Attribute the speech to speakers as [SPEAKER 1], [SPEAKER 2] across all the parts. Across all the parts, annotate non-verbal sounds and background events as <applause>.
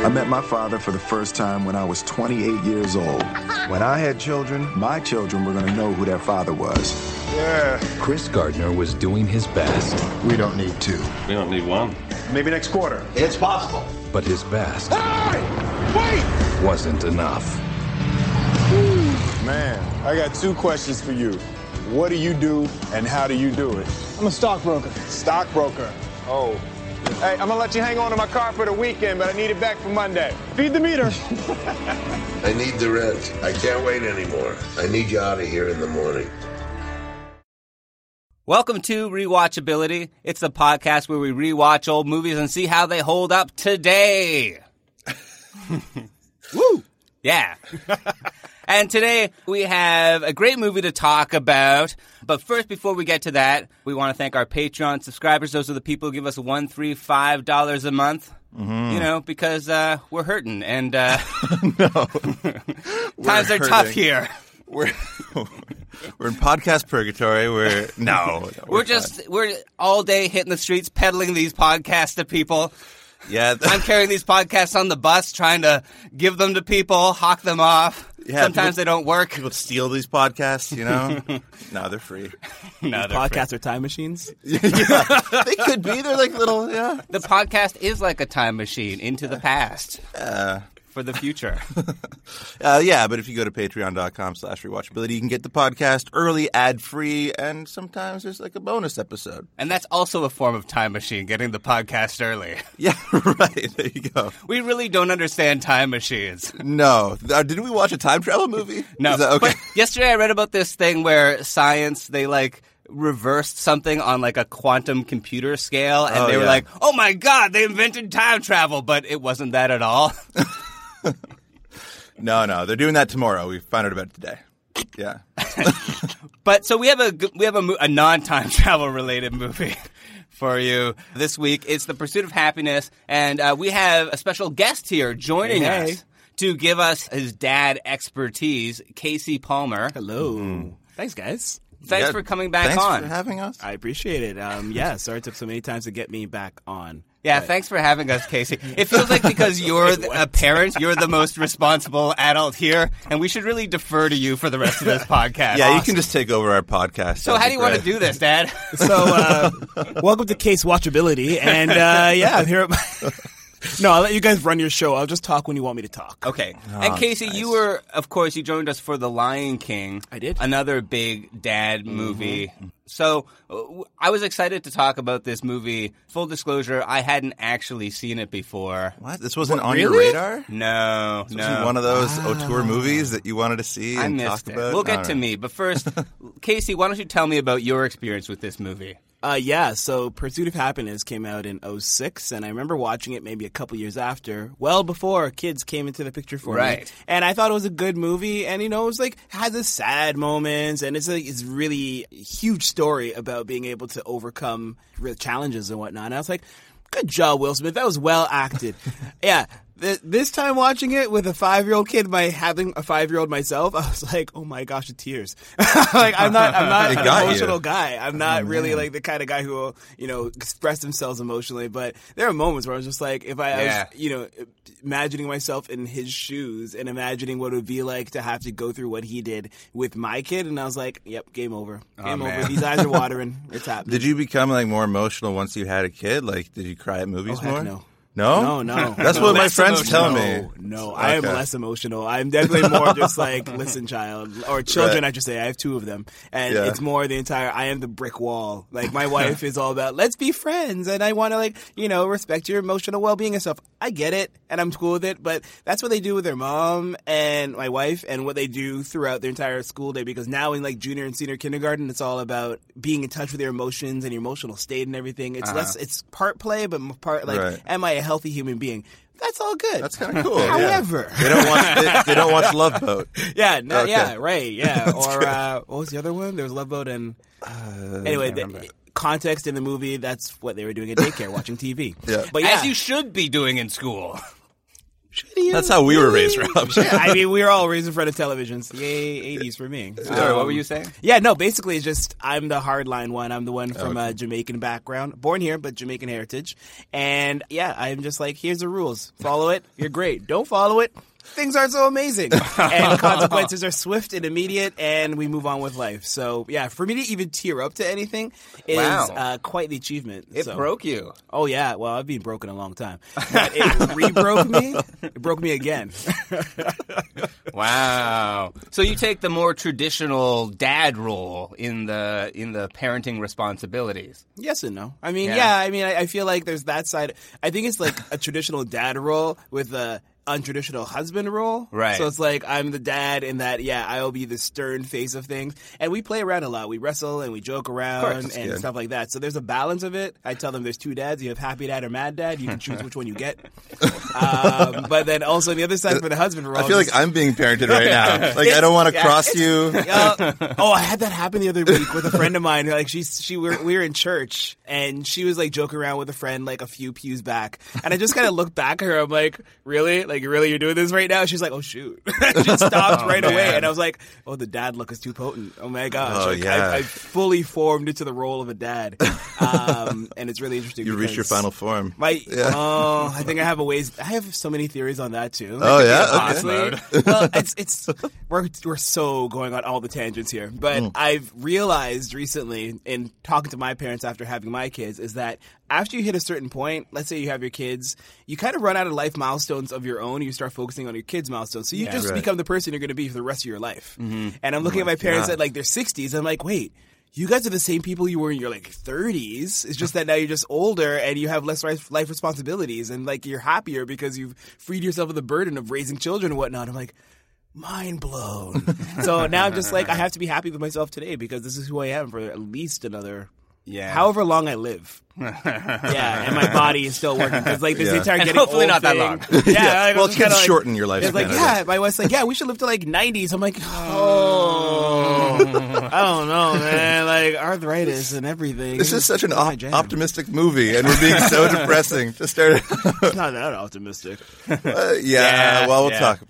[SPEAKER 1] I met my father for the first time when I was 28 years old. When I had children, my children were going to know who their father was.
[SPEAKER 2] Chris Gardner was doing his best,
[SPEAKER 1] We don't need two.
[SPEAKER 3] We don't need one.
[SPEAKER 4] Maybe next quarter.
[SPEAKER 5] It's possible.
[SPEAKER 2] but his best
[SPEAKER 4] Wait!
[SPEAKER 2] wasn't enough.
[SPEAKER 4] Man, I got two questions for you. What do you do and how do you do it? I'm a stockbroker. Stockbroker. Oh. Hey, I'm gonna let you hang on to my car for the weekend, but I need it back for Monday. Feed the meter.
[SPEAKER 6] I need the rent. I can't wait anymore. I need you out of here in the morning.
[SPEAKER 7] Welcome to Rewatchability. It's the podcast where we rewatch old movies and see how they hold up today. Woo! Yeah. and today we have a great movie to talk about. But first, before we get to that, we want to thank our Patreon subscribers. Those are the people who give us one, three, five dollars a month. You know, because uh, we're hurting and uh, <laughs> times are tough
[SPEAKER 8] hurting.
[SPEAKER 7] here.
[SPEAKER 8] We're we're in podcast purgatory. We're no,
[SPEAKER 7] We're just we're all day hitting the streets, peddling these podcasts to people.
[SPEAKER 8] fine. yeah. th- <laughs>
[SPEAKER 7] I'm carrying these podcasts on the bus, trying to give them to people, hawk them off.
[SPEAKER 8] Yeah,
[SPEAKER 7] Sometimes
[SPEAKER 8] people-
[SPEAKER 7] they don't work.
[SPEAKER 8] people steal these podcasts.
[SPEAKER 7] <laughs>
[SPEAKER 8] You know, no, they're free.
[SPEAKER 7] No, they're free.
[SPEAKER 9] Podcasts are time machines.
[SPEAKER 8] They could be. They're like little. Yeah,
[SPEAKER 7] The podcast is like a time machine into the past for the
[SPEAKER 8] <laughs>
[SPEAKER 7] future.
[SPEAKER 8] uh, yeah. But if you go to Patreon.com/slash rewatchability, you can get the podcast early, ad free, and sometimes there's like a bonus episode. <laughs>
[SPEAKER 7] and that's also a form of time machine, getting the podcast early.
[SPEAKER 8] Yeah, right. There you go.
[SPEAKER 7] We really don't understand time machines.
[SPEAKER 8] No, uh, did we watch a time travel movie?
[SPEAKER 7] No.
[SPEAKER 8] Is that- okay.
[SPEAKER 7] But yesterday I read about this thing where science they like reversed something on like a quantum computer scale and
[SPEAKER 8] Oh,
[SPEAKER 7] they were
[SPEAKER 8] yeah.
[SPEAKER 7] like, "Oh my god, they invented time travel," but it wasn't that at all. <laughs>
[SPEAKER 8] no, no, they're doing that tomorrow. We found out about it today. Yeah.
[SPEAKER 7] But so we have a g- we have a, mo- a non time <laughs> travel related movie <laughs> for you this week. It's the Pursuit of Happiness, and uh, we have a special guest here joining
[SPEAKER 9] Hey, hey.
[SPEAKER 7] us to give us his dad expertise, Casey Palmer.
[SPEAKER 9] Hello. Thanks, guys.
[SPEAKER 7] Thanks
[SPEAKER 8] Yeah,
[SPEAKER 7] for coming back
[SPEAKER 8] thanks
[SPEAKER 7] on.
[SPEAKER 8] for having us.
[SPEAKER 9] I appreciate it. <laughs> Um, yeah, sorry it took so many times to get me back on.
[SPEAKER 7] yeah, thanks for having us, Casey. It feels like because you're th- a parent, you're the most responsible adult here, and we should really defer to you for the rest of this podcast.
[SPEAKER 8] Yeah, you can just take over our podcast.
[SPEAKER 7] So, how do you want to do this, Dad?
[SPEAKER 9] So, uh, welcome to Case Watchability, and uh, yeah, I'm here. At my- <laughs> no, I'll let you guys run your show. I'll just talk when you want me to talk.
[SPEAKER 7] <laughs> Okay. and Casey, you were, of course, you joined us for The Lion King.
[SPEAKER 9] I did.
[SPEAKER 7] Another big dad movie. So uh, w- I was excited to talk about this movie. Full disclosure, I hadn't actually seen it before.
[SPEAKER 8] What? This wasn't on your
[SPEAKER 7] really?
[SPEAKER 8] radar?
[SPEAKER 7] No,
[SPEAKER 8] This wasn't
[SPEAKER 7] no.
[SPEAKER 8] one of those auteur movies that you wanted to see
[SPEAKER 7] I
[SPEAKER 8] and
[SPEAKER 7] missed
[SPEAKER 8] talk
[SPEAKER 7] it.
[SPEAKER 8] about?
[SPEAKER 7] We'll get
[SPEAKER 8] All
[SPEAKER 7] to
[SPEAKER 8] right.
[SPEAKER 7] me, but first, Casey, why don't you tell me about your experience with this movie?
[SPEAKER 9] Uh, yeah, so Pursuit of Happiness came out in 06, and I remember watching it maybe a couple years after, well before kids came into the picture for
[SPEAKER 7] Right.
[SPEAKER 9] me. And I thought it was a good movie, and you know, it was like, has a sad moments, and it's a it's really huge story about being able to overcome real challenges and whatnot. And I was like, good job, Will Smith. That was well
[SPEAKER 8] <laughs>
[SPEAKER 9] acted. yeah. Th- This time watching it with a five year old kid, my having a five year old myself, I was like, "Oh my gosh, the tears!" <laughs> like I'm not, I'm not
[SPEAKER 8] It
[SPEAKER 9] an
[SPEAKER 8] got you.
[SPEAKER 9] emotional guy. I'm not really like the kind of guy who will, you know, express themselves emotionally. But there are moments where I was just like, if I,
[SPEAKER 7] Yeah.
[SPEAKER 9] I was, you know, imagining myself in his shoes and imagining what it would be like to have to go through what he did with my kid, and I was like, yep, game over, game over. These eyes are watering. It's happening.
[SPEAKER 8] Did you become like more emotional once you had a kid? Like, did you cry at movies
[SPEAKER 9] Oh, heck
[SPEAKER 8] more?
[SPEAKER 9] no.
[SPEAKER 8] No,
[SPEAKER 9] No, no.
[SPEAKER 8] <laughs> That's
[SPEAKER 9] No.
[SPEAKER 8] what my
[SPEAKER 9] Less
[SPEAKER 8] friends tell me.
[SPEAKER 9] emotional. No, I am
[SPEAKER 8] Okay.
[SPEAKER 9] less emotional. I'm definitely more
[SPEAKER 8] <laughs>
[SPEAKER 9] just like, listen, child, or children,
[SPEAKER 8] Right.
[SPEAKER 9] I should say. I have two of them. And
[SPEAKER 8] Yeah.
[SPEAKER 9] it's more the entire, I am the brick wall.
[SPEAKER 8] <laughs>
[SPEAKER 9] Like, my wife is all about, let's be friends. And I want to, like, you know, respect your emotional well being and stuff. I get it. And I'm cool with it. But that's what they do with their mom and my wife and what they do throughout their entire school day. Because now in like junior and senior kindergarten, it's all about being in touch with your emotions and your emotional state and everything. It's less, it's part play, but m- part like,
[SPEAKER 8] Uh-huh. Right.
[SPEAKER 9] am I a healthy human being? That's all good.
[SPEAKER 8] That's kind
[SPEAKER 7] <laughs>
[SPEAKER 8] of cool. yeah.
[SPEAKER 9] However,
[SPEAKER 8] They don't watch. They, they don't watch Love Boat.
[SPEAKER 9] yeah, no,
[SPEAKER 8] Okay.
[SPEAKER 9] yeah, <laughs> right, yeah. or uh, what was the other one? There was Love Boat and anyway, the, context in the movie. That's what they were doing at daycare, <laughs> watching TV.
[SPEAKER 8] Yeah.
[SPEAKER 9] but Oh, yeah,
[SPEAKER 7] As you should be doing in school.
[SPEAKER 8] That's how we were raised, Rob.
[SPEAKER 9] I mean, we were all raised in front of televisions. Yay, eighties for me. <laughs>
[SPEAKER 7] Sorry, what were you saying?
[SPEAKER 9] Yeah, no, basically it's just I'm the hardline one. I'm the one from a Jamaican background, born here but Jamaican heritage. And yeah, I'm just like, here's the rules. Follow it, you're great. Don't follow it, things aren't so amazing.
[SPEAKER 7] <laughs>
[SPEAKER 9] and consequences are swift and immediate and we move on with life. So, yeah, for me to even tear up to anything is
[SPEAKER 7] Wow.
[SPEAKER 9] uh, quite the achievement.
[SPEAKER 7] It
[SPEAKER 9] So-
[SPEAKER 7] broke you.
[SPEAKER 9] Oh yeah, well, I've been broken a long time. But it re-broke me. It broke me again.
[SPEAKER 7] Wow. So you take the more traditional dad role in the in the parenting responsibilities.
[SPEAKER 9] Yes and no. I mean,
[SPEAKER 7] Yeah.
[SPEAKER 9] yeah. I mean, I, I feel like there's that side. I think it's like a traditional dad role with a untraditional husband role.
[SPEAKER 7] Right.
[SPEAKER 9] So it's like I'm the dad in that. Yeah, I will be the stern face of things, and we play around a lot. We wrestle and we joke around and stuff like that. So there's a balance of it. I tell them there's two dads. You have happy dad or mad dad. You can choose which one you get. um, but then also on the other side for the husband role,
[SPEAKER 8] I feel like
[SPEAKER 9] is-
[SPEAKER 8] I'm being parented right now. Like I don't want to
[SPEAKER 9] Yeah.
[SPEAKER 8] cross you.
[SPEAKER 9] <laughs> yeah. oh, I had that happen the other week with a friend of mine. Like she's she we were, we were in church and she was like joking around with a friend like a few pews back, and I just kind of looked back at her. I'm like, really? Like really? You're doing this right now? She's like, oh shoot! <laughs> she stopped
[SPEAKER 8] Oh,
[SPEAKER 9] right away, and I was like, oh, the dad look is too potent. Oh my gosh!
[SPEAKER 8] Oh,
[SPEAKER 9] Like,
[SPEAKER 8] yeah.
[SPEAKER 9] I, I fully formed into the role of a dad, um, and it's really interesting.
[SPEAKER 8] You reach your
[SPEAKER 9] because
[SPEAKER 8] final form. <laughs>
[SPEAKER 9] My <laughs> oh, I think I have a ways. I have so many theories on that too.
[SPEAKER 8] Oh, yeah?
[SPEAKER 9] honestly. <laughs>
[SPEAKER 8] <laughs>
[SPEAKER 9] well, it's it's we're we're so going on all the tangents here, but
[SPEAKER 8] Mm.
[SPEAKER 9] I've realized recently in talking to my parents after having my kids is that after you hit a certain point, let's say you have your kids, you kind of run out of life milestones of your own. You start focusing on your kids' milestones, so you just become the person you're going to be for the rest of your life.
[SPEAKER 8] Mm-hmm.
[SPEAKER 9] And I'm
[SPEAKER 8] Oh
[SPEAKER 9] looking at my parents at like their 60s. I'm like, wait. You guys are the same people you were in your like 30s. It's just that now you're just older and you have less life life responsibilities and like you're happier because you've freed yourself of the burden of raising children and whatnot. I'm like, mind blown.
[SPEAKER 7] <laughs>
[SPEAKER 9] so now I'm just like, I have to be happy with myself today because this is who I am for at least another.
[SPEAKER 7] Yeah.
[SPEAKER 9] However long
[SPEAKER 7] <laughs>
[SPEAKER 9] I live, yeah, and my body is still working because like this
[SPEAKER 8] Yeah.
[SPEAKER 9] entire
[SPEAKER 7] And
[SPEAKER 9] getting
[SPEAKER 7] hopefully
[SPEAKER 9] old
[SPEAKER 7] not that
[SPEAKER 9] thing-
[SPEAKER 7] long.
[SPEAKER 9] <laughs> Yeah, like,
[SPEAKER 8] Well,
[SPEAKER 9] I'm
[SPEAKER 8] kids
[SPEAKER 9] just kinda like-
[SPEAKER 8] shorten your
[SPEAKER 9] It's like
[SPEAKER 8] lifespan, I
[SPEAKER 9] yeah, my wife's like yeah, we should live to like 90s. I'm like, <laughs> oh, I don't know, man, like arthritis and everything.
[SPEAKER 8] This is such an op-
[SPEAKER 9] jam.
[SPEAKER 8] optimistic movie, and we're being
[SPEAKER 7] <laughs>
[SPEAKER 8] so depressing to start.
[SPEAKER 9] It's not that optimistic.
[SPEAKER 8] Uh, <laughs> yeah, well, we'll
[SPEAKER 7] yeah.
[SPEAKER 8] talk.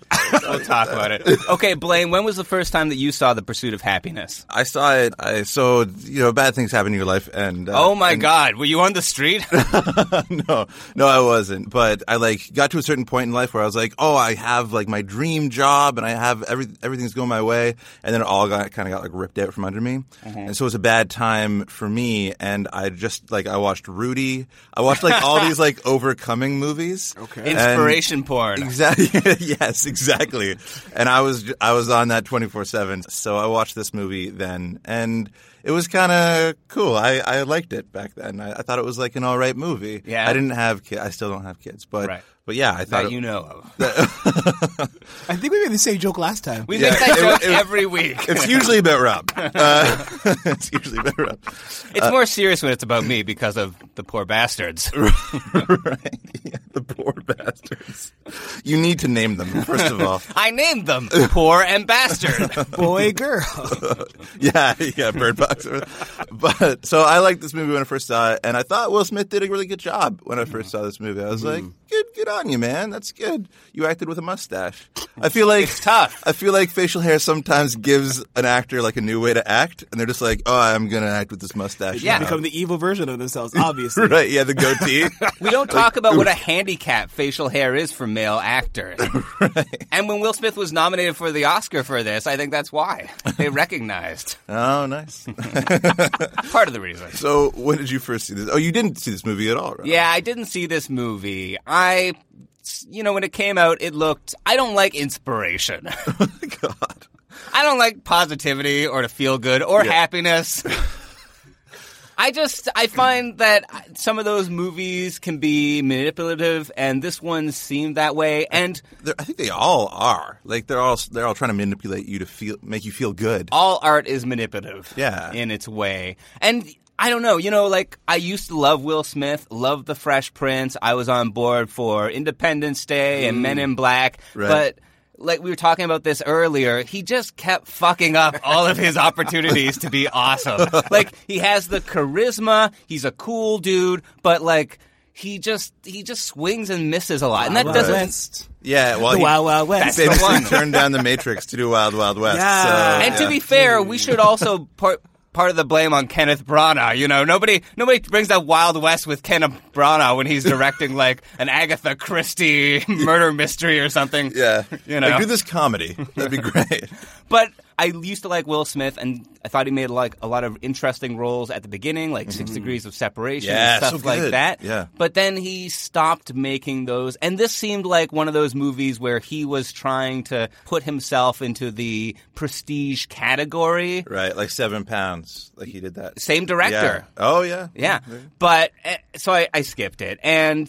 [SPEAKER 7] We'll talk about it. <laughs> Okay, Blaine, when was the first time that you saw The Pursuit of Happiness?
[SPEAKER 8] I saw it. I so you know bad things happen in your life, and uh,
[SPEAKER 7] Oh my
[SPEAKER 8] and-
[SPEAKER 7] God, were you on the street?
[SPEAKER 8] <laughs> no, no, I wasn't. But I like got to a certain point in life where I was like, oh, I have like my dream job, and I have every everything's going my way, and then it all got kind of got like ripped out from under me,
[SPEAKER 7] Mm-hmm.
[SPEAKER 8] and so it was a bad time for me. And I just like I watched Rudy, I watched like
[SPEAKER 7] <laughs>
[SPEAKER 8] all these like overcoming movies, okay,
[SPEAKER 7] Inspiration porn.
[SPEAKER 8] Exactly. <laughs> yes, exactly. And I was I was on that twenty four seven. So I watched this movie then, and it was kind of cool. I, I liked it back then. I, I thought it was like an all right movie.
[SPEAKER 7] Yeah.
[SPEAKER 8] I didn't have kids. I still don't have kids, but
[SPEAKER 7] Right.
[SPEAKER 8] but yeah, I thought
[SPEAKER 7] That
[SPEAKER 8] it-
[SPEAKER 7] you know of.
[SPEAKER 9] I think we made the same joke last time.
[SPEAKER 7] We
[SPEAKER 8] Yeah,
[SPEAKER 7] make that
[SPEAKER 8] it-
[SPEAKER 7] joke
[SPEAKER 8] it-
[SPEAKER 7] every week.
[SPEAKER 8] <laughs> It's usually about
[SPEAKER 7] <laughs>
[SPEAKER 8] Rob. Uh, <laughs> it's usually about Rob. <laughs>
[SPEAKER 7] It's more serious when it's about me because of the poor bastards.
[SPEAKER 8] right. Yeah, <laughs> the poor bastards. You need to name them first
[SPEAKER 7] <laughs>
[SPEAKER 8] of all.
[SPEAKER 7] I named them poor and bastard.
[SPEAKER 9] <laughs> Boy, girl.
[SPEAKER 8] <laughs> yeah, yeah, Bird Box. <laughs> but so
[SPEAKER 7] Hmm.
[SPEAKER 8] I liked this movie when I first saw it, and I thought Will Smith did a really good job when I first saw this movie. I was like, good, good on you, man. That's good. You acted with a mustache. I feel like
[SPEAKER 7] It's tough.
[SPEAKER 8] I feel like facial hair sometimes gives an actor like a new way to act, and they're just like, "Oh, I'm gonna act with this mustache."
[SPEAKER 7] Yeah.
[SPEAKER 8] now."
[SPEAKER 9] become the evil version of themselves, obviously.
[SPEAKER 8] right. Yeah, the goatee.
[SPEAKER 7] <laughs> We don't talk about what a handicap facial hair is for male actors. And when Will Smith was nominated for the Oscar for this, I think that's why. They recognized.
[SPEAKER 8] oh, nice.
[SPEAKER 7] Part of the reason.
[SPEAKER 8] so, when did you first see this? Oh, you didn't see this movie at all, right? <laughs>
[SPEAKER 7] Yeah, I didn't see this movie. I, you know, when it came out, it looked. I don't like inspiration. <laughs>
[SPEAKER 8] Oh God.
[SPEAKER 7] I don't like positivity or to feel good or happiness. I just I find that some of those movies can be manipulative, and this one seemed that way. And
[SPEAKER 8] They're, I think they all are. Like they're all they're all trying to manipulate you to feel make you feel good.
[SPEAKER 7] all art is manipulative
[SPEAKER 8] Yeah.
[SPEAKER 7] in its way and i don't know you know like i used to love will smith love the fresh prince i was on board for independence day and men in black
[SPEAKER 8] Mm. Right.
[SPEAKER 7] but like we were talking about this earlier, he just kept fucking up all of his opportunities to be awesome.
[SPEAKER 8] <laughs>
[SPEAKER 7] Like he has the charisma, he's a cool dude, but like he just he just swings and misses a lot, and that
[SPEAKER 9] Wild
[SPEAKER 7] doesn't
[SPEAKER 9] West.
[SPEAKER 8] Yeah, well,
[SPEAKER 9] The
[SPEAKER 8] he
[SPEAKER 9] Wild Wild West.
[SPEAKER 8] famously
[SPEAKER 7] the one.
[SPEAKER 8] turned down the Matrix to do Wild Wild West.
[SPEAKER 9] Yeah.
[SPEAKER 8] so,
[SPEAKER 7] And
[SPEAKER 8] yeah.
[SPEAKER 7] to be fair,
[SPEAKER 8] Hmm.
[SPEAKER 7] we should also part part of the blame on Kenneth Branagh. You know, nobody nobody brings up Wild West with Kenneth Branagh when he's
[SPEAKER 8] <laughs>
[SPEAKER 7] directing like an Agatha Christie murder mystery or something.
[SPEAKER 8] yeah,
[SPEAKER 7] you know.
[SPEAKER 8] Like, do this comedy. That'd be great.
[SPEAKER 7] But I used to like Will Smith, and I thought he made like a lot of interesting roles at the beginning, like Six Degrees of Separation
[SPEAKER 8] Mm-hmm. Yeah,
[SPEAKER 7] and stuff
[SPEAKER 8] so
[SPEAKER 7] like
[SPEAKER 8] good.
[SPEAKER 7] that.
[SPEAKER 8] Yeah.
[SPEAKER 7] But then he stopped making those, and this seemed like one of those movies where he was trying to put himself into the prestige category.
[SPEAKER 8] right, like seven pounds. Like he did that.
[SPEAKER 7] Same director.
[SPEAKER 8] Yeah. Oh yeah.
[SPEAKER 7] Yeah.
[SPEAKER 9] Mm-hmm.
[SPEAKER 7] But eh, so I, I skipped it. And,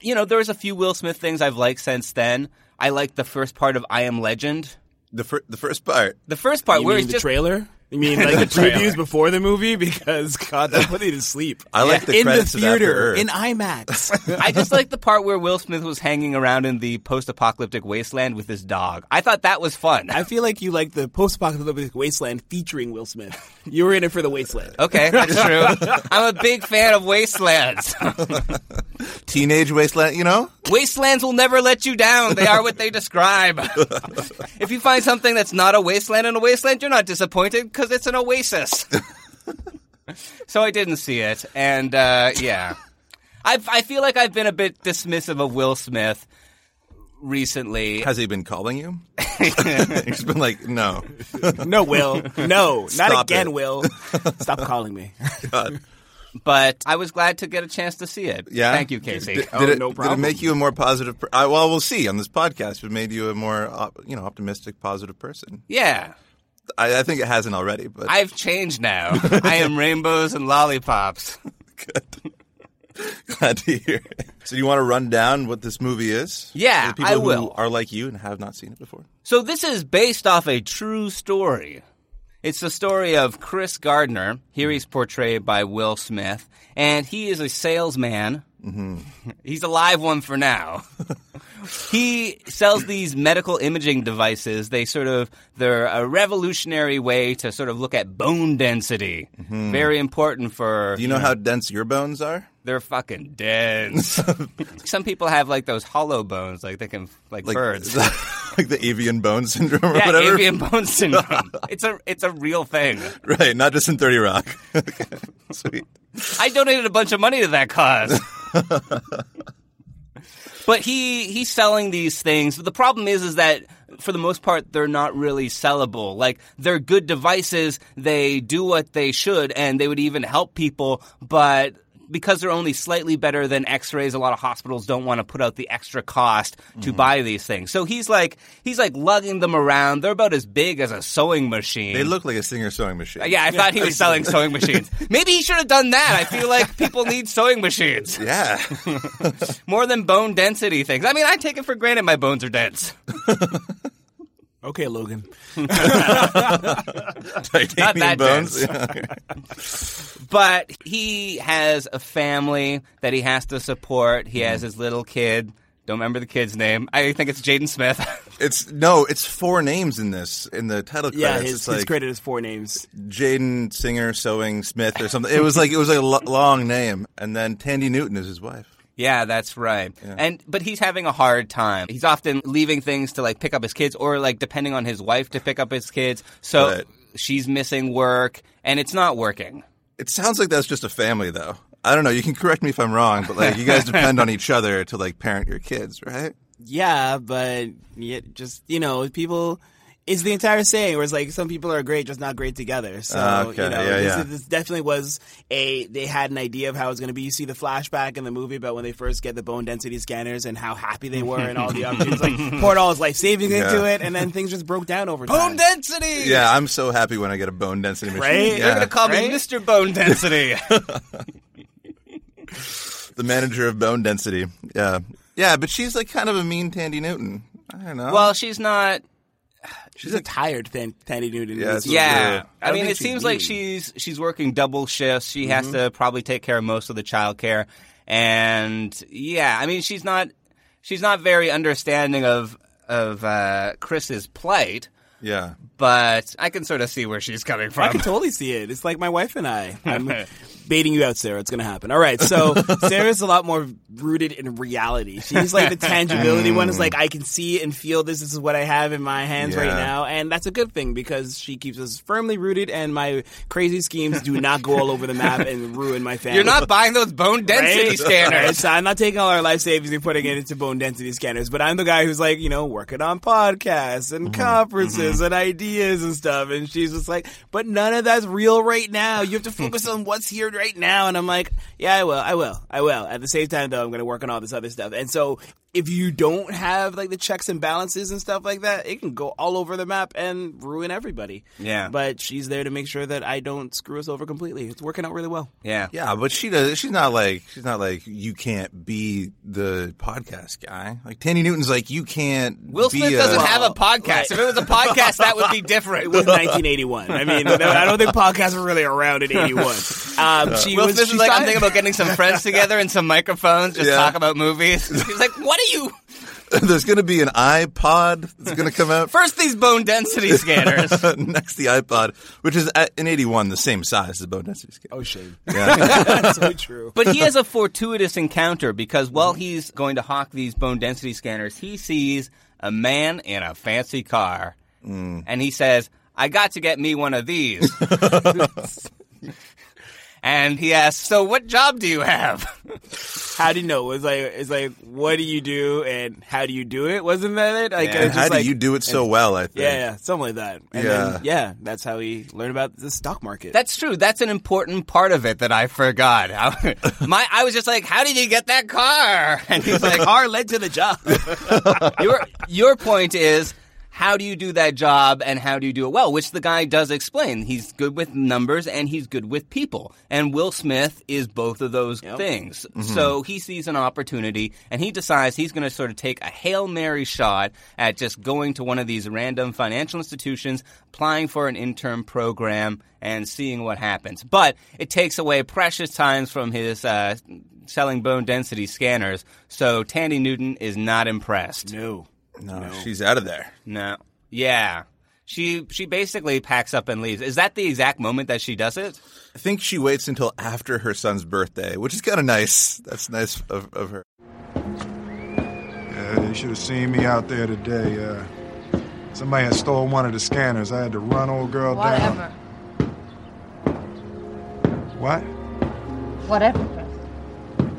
[SPEAKER 7] you know, there's a few Will Smith things I've liked since then. I liked the first part of I Am Legend.
[SPEAKER 8] The fir- the first part.
[SPEAKER 7] The first part
[SPEAKER 9] You
[SPEAKER 7] where
[SPEAKER 9] mean
[SPEAKER 7] he's
[SPEAKER 9] the
[SPEAKER 7] just.
[SPEAKER 9] trailer? You <laughs> mean like the previews before the movie? <laughs> Because God, that put me to sleep.
[SPEAKER 8] I like the
[SPEAKER 9] in the
[SPEAKER 8] credits of After
[SPEAKER 9] theater
[SPEAKER 8] Earth.
[SPEAKER 9] in IMAX.
[SPEAKER 7] I just
[SPEAKER 9] <laughs>
[SPEAKER 7] like the part where Will Smith was hanging around in the post apocalyptic wasteland with his dog. I thought that was fun.
[SPEAKER 9] I feel like you like the post-apocalyptic wasteland featuring Will Smith. You were in it for the wasteland. <laughs>
[SPEAKER 7] Okay, that's true. <laughs> I'm a big fan of wastelands.
[SPEAKER 8] Teenage Wasteland. You know,
[SPEAKER 7] wastelands will never let you down. They are what they
[SPEAKER 8] <laughs>
[SPEAKER 7] describe. if you find something that's not a wasteland in a wasteland, you're not disappointed because it's an
[SPEAKER 8] <laughs>
[SPEAKER 7] oasis. so I didn't see it, and uh, yeah, I've, I feel like I've been a bit dismissive of Will Smith recently.
[SPEAKER 8] has he been calling
[SPEAKER 7] <laughs>
[SPEAKER 8] you? <laughs> He's been like, no.
[SPEAKER 9] No, Will. No, not
[SPEAKER 8] Stop
[SPEAKER 9] again,
[SPEAKER 8] it.
[SPEAKER 9] Will. Stop calling me.
[SPEAKER 7] But I was glad to get a chance to see it.
[SPEAKER 8] Yeah.
[SPEAKER 7] thank you, Casey.
[SPEAKER 8] Did,
[SPEAKER 9] Oh,
[SPEAKER 8] did it,
[SPEAKER 9] no
[SPEAKER 8] did it
[SPEAKER 9] problem.
[SPEAKER 8] make you a more positive? Per- I, well, we'll see on this podcast. If it made you a more, op- you know, optimistic, positive person.
[SPEAKER 7] yeah,
[SPEAKER 8] I, I think it hasn't already, but
[SPEAKER 7] I've changed now. I
[SPEAKER 8] <laughs>
[SPEAKER 7] am rainbows and lollipops. <laughs>
[SPEAKER 8] glad to hear. it. So, do you want to run down what this movie is?
[SPEAKER 7] Yeah,
[SPEAKER 8] For the people
[SPEAKER 7] I
[SPEAKER 8] who
[SPEAKER 7] will.
[SPEAKER 8] Are like you and have not seen it before.
[SPEAKER 7] So this is based off a true story. It's the story of Chris Gardner. Here he's portrayed by Will Smith, and he is a salesman. he's a live one for now. he sells these medical imaging devices. They sort of they're a revolutionary way to sort of look at bone density. Very important for
[SPEAKER 8] Do you know how dense your bones are?
[SPEAKER 7] they're fucking dense. Some people have like those hollow bones, like they can like,
[SPEAKER 8] Like
[SPEAKER 7] birds.
[SPEAKER 8] <laughs> like the avian bone syndrome or
[SPEAKER 7] Yeah,
[SPEAKER 8] whatever.
[SPEAKER 7] avian bone syndrome. it's a it's a real thing.
[SPEAKER 8] <laughs> Right, not just in Thirty Rock. <laughs> Okay,
[SPEAKER 7] <laughs>
[SPEAKER 8] Sweet.
[SPEAKER 7] I donated a bunch of money to that
[SPEAKER 8] <laughs>
[SPEAKER 7] cause. but he he's selling these things. The problem is is that for the most part they're not really sellable. Like they're good devices, they do what they should and they would even help people, but because they're only slightly better than x-rays a lot of hospitals don't want to put out the extra cost to
[SPEAKER 8] Mm-hmm.
[SPEAKER 7] buy these things so he's like he's like lugging them around they're about as big as a sewing machine
[SPEAKER 8] They look like a singer sewing machine.
[SPEAKER 7] Uh, yeah, I thought he was selling sewing <laughs> machines. Maybe he should have done that. I feel like people need sewing machines
[SPEAKER 8] <laughs> Yeah.
[SPEAKER 7] <laughs> more than bone density things. I mean, I take it for granted my bones are dense.
[SPEAKER 9] Okay, Logan.
[SPEAKER 8] Titanium
[SPEAKER 7] that
[SPEAKER 8] bones. <laughs>
[SPEAKER 7] But he has a family that he has to support. He has his little kid. Don't remember the kid's name. I think it's Jaden Smith. <laughs>
[SPEAKER 8] It's no, it's four names in this in the title credits.
[SPEAKER 9] Yeah,
[SPEAKER 8] it's
[SPEAKER 9] his,
[SPEAKER 8] like
[SPEAKER 9] his credit is four names.
[SPEAKER 8] Jaden Singer Sewing Smith or something. It was like it was like a lo- long name, and then Tandy Newton is his wife.
[SPEAKER 7] Yeah, that's right. And but he's having a hard time. He's often leaving things to like pick up his kids or like depending on his wife to pick up his kids. So
[SPEAKER 8] Right.
[SPEAKER 7] she's missing work and it's not working.
[SPEAKER 8] It sounds like that's just a family, though. I don't know. You can correct me if I'm wrong, but like you
[SPEAKER 7] <laughs>
[SPEAKER 8] guys depend on each other to like parent your kids, right?
[SPEAKER 9] Yeah, but yet just you know, people. It's the entire saying where it's like some people are great, just not great together. So
[SPEAKER 8] Ah, okay.
[SPEAKER 9] you know,
[SPEAKER 8] Yeah,
[SPEAKER 9] this,
[SPEAKER 8] yeah.
[SPEAKER 9] this definitely was a. They had an idea of how it was going to be. You see the flashback in the movie about when they first get the bone density scanners and how happy they were and all the opportunities,
[SPEAKER 8] <laughs>
[SPEAKER 9] like poured all his life savings into
[SPEAKER 8] Yeah.
[SPEAKER 9] it, and then things just broke down over time.
[SPEAKER 7] Bone density.
[SPEAKER 8] Yeah, I'm so happy when I get a bone density machine.
[SPEAKER 9] Right?
[SPEAKER 7] They're gonna
[SPEAKER 8] Yeah.
[SPEAKER 7] call
[SPEAKER 9] Right?
[SPEAKER 7] me Mr. Bone
[SPEAKER 9] <laughs>
[SPEAKER 7] Density. <laughs>
[SPEAKER 8] The manager of bone density. Yeah. Yeah, but she's like kind of a mean Tandy Newton. I don't know.
[SPEAKER 7] well, she's not
[SPEAKER 9] She's a tired Tan- Tandy Newton.
[SPEAKER 8] Yeah, it's-
[SPEAKER 7] Yeah,
[SPEAKER 8] Yeah.
[SPEAKER 7] I, mean, it seems like she's she's working double shifts. She has
[SPEAKER 9] Mm-hmm.
[SPEAKER 7] to probably take care of most of the childcare, and yeah, I mean, she's not she's not very understanding of of uh, Chris's plight.
[SPEAKER 8] yeah.
[SPEAKER 7] But I can sort of see where she's coming <laughs>
[SPEAKER 9] I
[SPEAKER 7] from.
[SPEAKER 9] can totally see it. It's like my wife and
[SPEAKER 7] <laughs>
[SPEAKER 9] I. I'm baiting you out, Sarah. It's going to happen. All right. So Sarah's a lot more rooted in reality. She's like the tangibility one. Is like I can see and feel this. This is what I have in my hands right
[SPEAKER 8] Yeah.
[SPEAKER 9] now, and that's a good thing because she keeps us firmly rooted. And my crazy schemes do not go all over the map and ruin my family.
[SPEAKER 7] You're not buying those bone density
[SPEAKER 9] <laughs> Right? Right,
[SPEAKER 7] standards.
[SPEAKER 9] so I'm not taking all our life savings and putting it into bone density scanners, but I'm the guy who's like, you know, working on podcasts and conferences and ideas and stuff. And she's just like, but none of that's real right now. You have to focus on what's here right now. And I'm like, yeah, I will, I will, I will. At the same time, though, I'm going to work on all this other stuff. And so if you don't have like the checks and balances and stuff like that, it can go all over the map and ruin everybody.
[SPEAKER 7] Yeah.
[SPEAKER 9] But she's there to make sure that I don't screw us over completely. It's working out really well.
[SPEAKER 7] Yeah.
[SPEAKER 8] Yeah, but she does. She's not like she's not like you can't be the podcast guy. Like Tandy Newton's like you can't.
[SPEAKER 7] Will
[SPEAKER 8] be
[SPEAKER 7] Smith doesn't have a podcast.
[SPEAKER 9] uh, right.
[SPEAKER 7] If it was a podcast, that would be different.
[SPEAKER 9] It was 1981. I mean, no, I don't think podcasts were really around in 81. Um, she
[SPEAKER 7] Will
[SPEAKER 9] was
[SPEAKER 7] Smith
[SPEAKER 9] she
[SPEAKER 7] is like, I'm
[SPEAKER 9] started-
[SPEAKER 7] thinking about getting some friends together and some microphones, just
[SPEAKER 8] Yeah.
[SPEAKER 7] talk about movies. <laughs> He's like, what are you?
[SPEAKER 8] <laughs> There's going to be an iPod that's going to
[SPEAKER 7] <laughs>
[SPEAKER 8] come out
[SPEAKER 7] First, these bone density scanners.
[SPEAKER 8] <laughs> next. The iPod, which is at, in '81 the same size as Bone Density Scale.
[SPEAKER 9] Oh, shame. <laughs>
[SPEAKER 8] Yeah.
[SPEAKER 9] That's <laughs> so true.
[SPEAKER 7] But he has a fortuitous encounter because while he's going to hawk these bone density scanners, he sees a man in a fancy car. And he says, I got to get me one of these. and he asks, So what job do you have?
[SPEAKER 9] How do you know? It's like, it's like, what do you do and how do you do it? Wasn't that it? Like,
[SPEAKER 7] Yeah.
[SPEAKER 9] it's
[SPEAKER 8] and
[SPEAKER 9] just
[SPEAKER 8] how do
[SPEAKER 9] like-
[SPEAKER 8] you do it so well? I think.
[SPEAKER 9] Yeah, yeah, something like that. And yeah.
[SPEAKER 8] Yeah.
[SPEAKER 9] Then, yeah, that's how he learned about the stock market.
[SPEAKER 7] That's true. That's an important part of it that I forgot. <laughs> My, I was just like, How did you get that car? <laughs> And he's like,
[SPEAKER 9] car led to the job.
[SPEAKER 7] <laughs> your your point is how do you do that job and how do you do it well which the guy does explain he's good with numbers and he's good with people and will smith is both of those things so he sees an opportunity and he decides he's going to sort of take a hail mary shot at just going to one of these random financial institutions applying for an intern program and seeing what happens but it takes away precious times from his uh, selling bone density scanners so tandy newton is not impressed
[SPEAKER 9] no.
[SPEAKER 8] No, she's out of there.
[SPEAKER 7] no. Yeah. She she basically packs up and leaves. Is that the exact moment that she does it?
[SPEAKER 8] I think she waits until after her son's birthday, which is kind of nice. That's nice of, of her.
[SPEAKER 1] Uh, you should have seen me out there today. Uh, somebody had stole one of the scanners. I had to run old girl
[SPEAKER 3] Whatever.
[SPEAKER 1] down. What?
[SPEAKER 3] Whatever, Chris.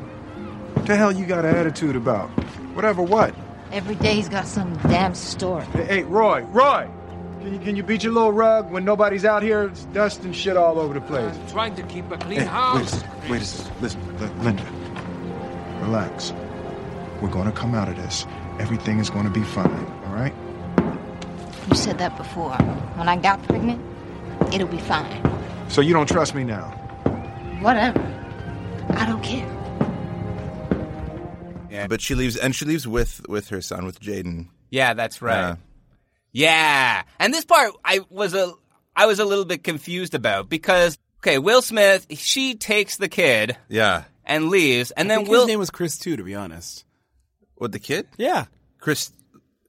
[SPEAKER 1] What the hell you got an attitude about? Whatever what?
[SPEAKER 3] Every day's got some damn story.
[SPEAKER 1] Hey, hey, Roy, Roy! Can you, can you beat your little rug when nobody's out here? It's dust and shit all over the place.
[SPEAKER 5] Trying to keep a clean
[SPEAKER 1] Hey, wait a second. Wait a second. Listen, L- Linda. Relax. We're going to come out of this. Everything is going to be fine, all right?
[SPEAKER 3] You said that before. When I got pregnant, it'll be fine.
[SPEAKER 1] So you don't trust me now?
[SPEAKER 3] Whatever. I don't care.
[SPEAKER 8] But she leaves, and she leaves with with her son, with Jaden.
[SPEAKER 7] Yeah, that's
[SPEAKER 8] Yeah.
[SPEAKER 7] right. Yeah. And this part I was a I was a little bit confused about because okay, Will Smith, she takes the kid
[SPEAKER 8] Yeah,
[SPEAKER 7] and leaves and
[SPEAKER 9] I
[SPEAKER 7] then
[SPEAKER 9] think
[SPEAKER 7] Will
[SPEAKER 9] his name was Chris, too, to be honest.
[SPEAKER 8] with the kid,
[SPEAKER 9] Yeah.
[SPEAKER 8] Chris,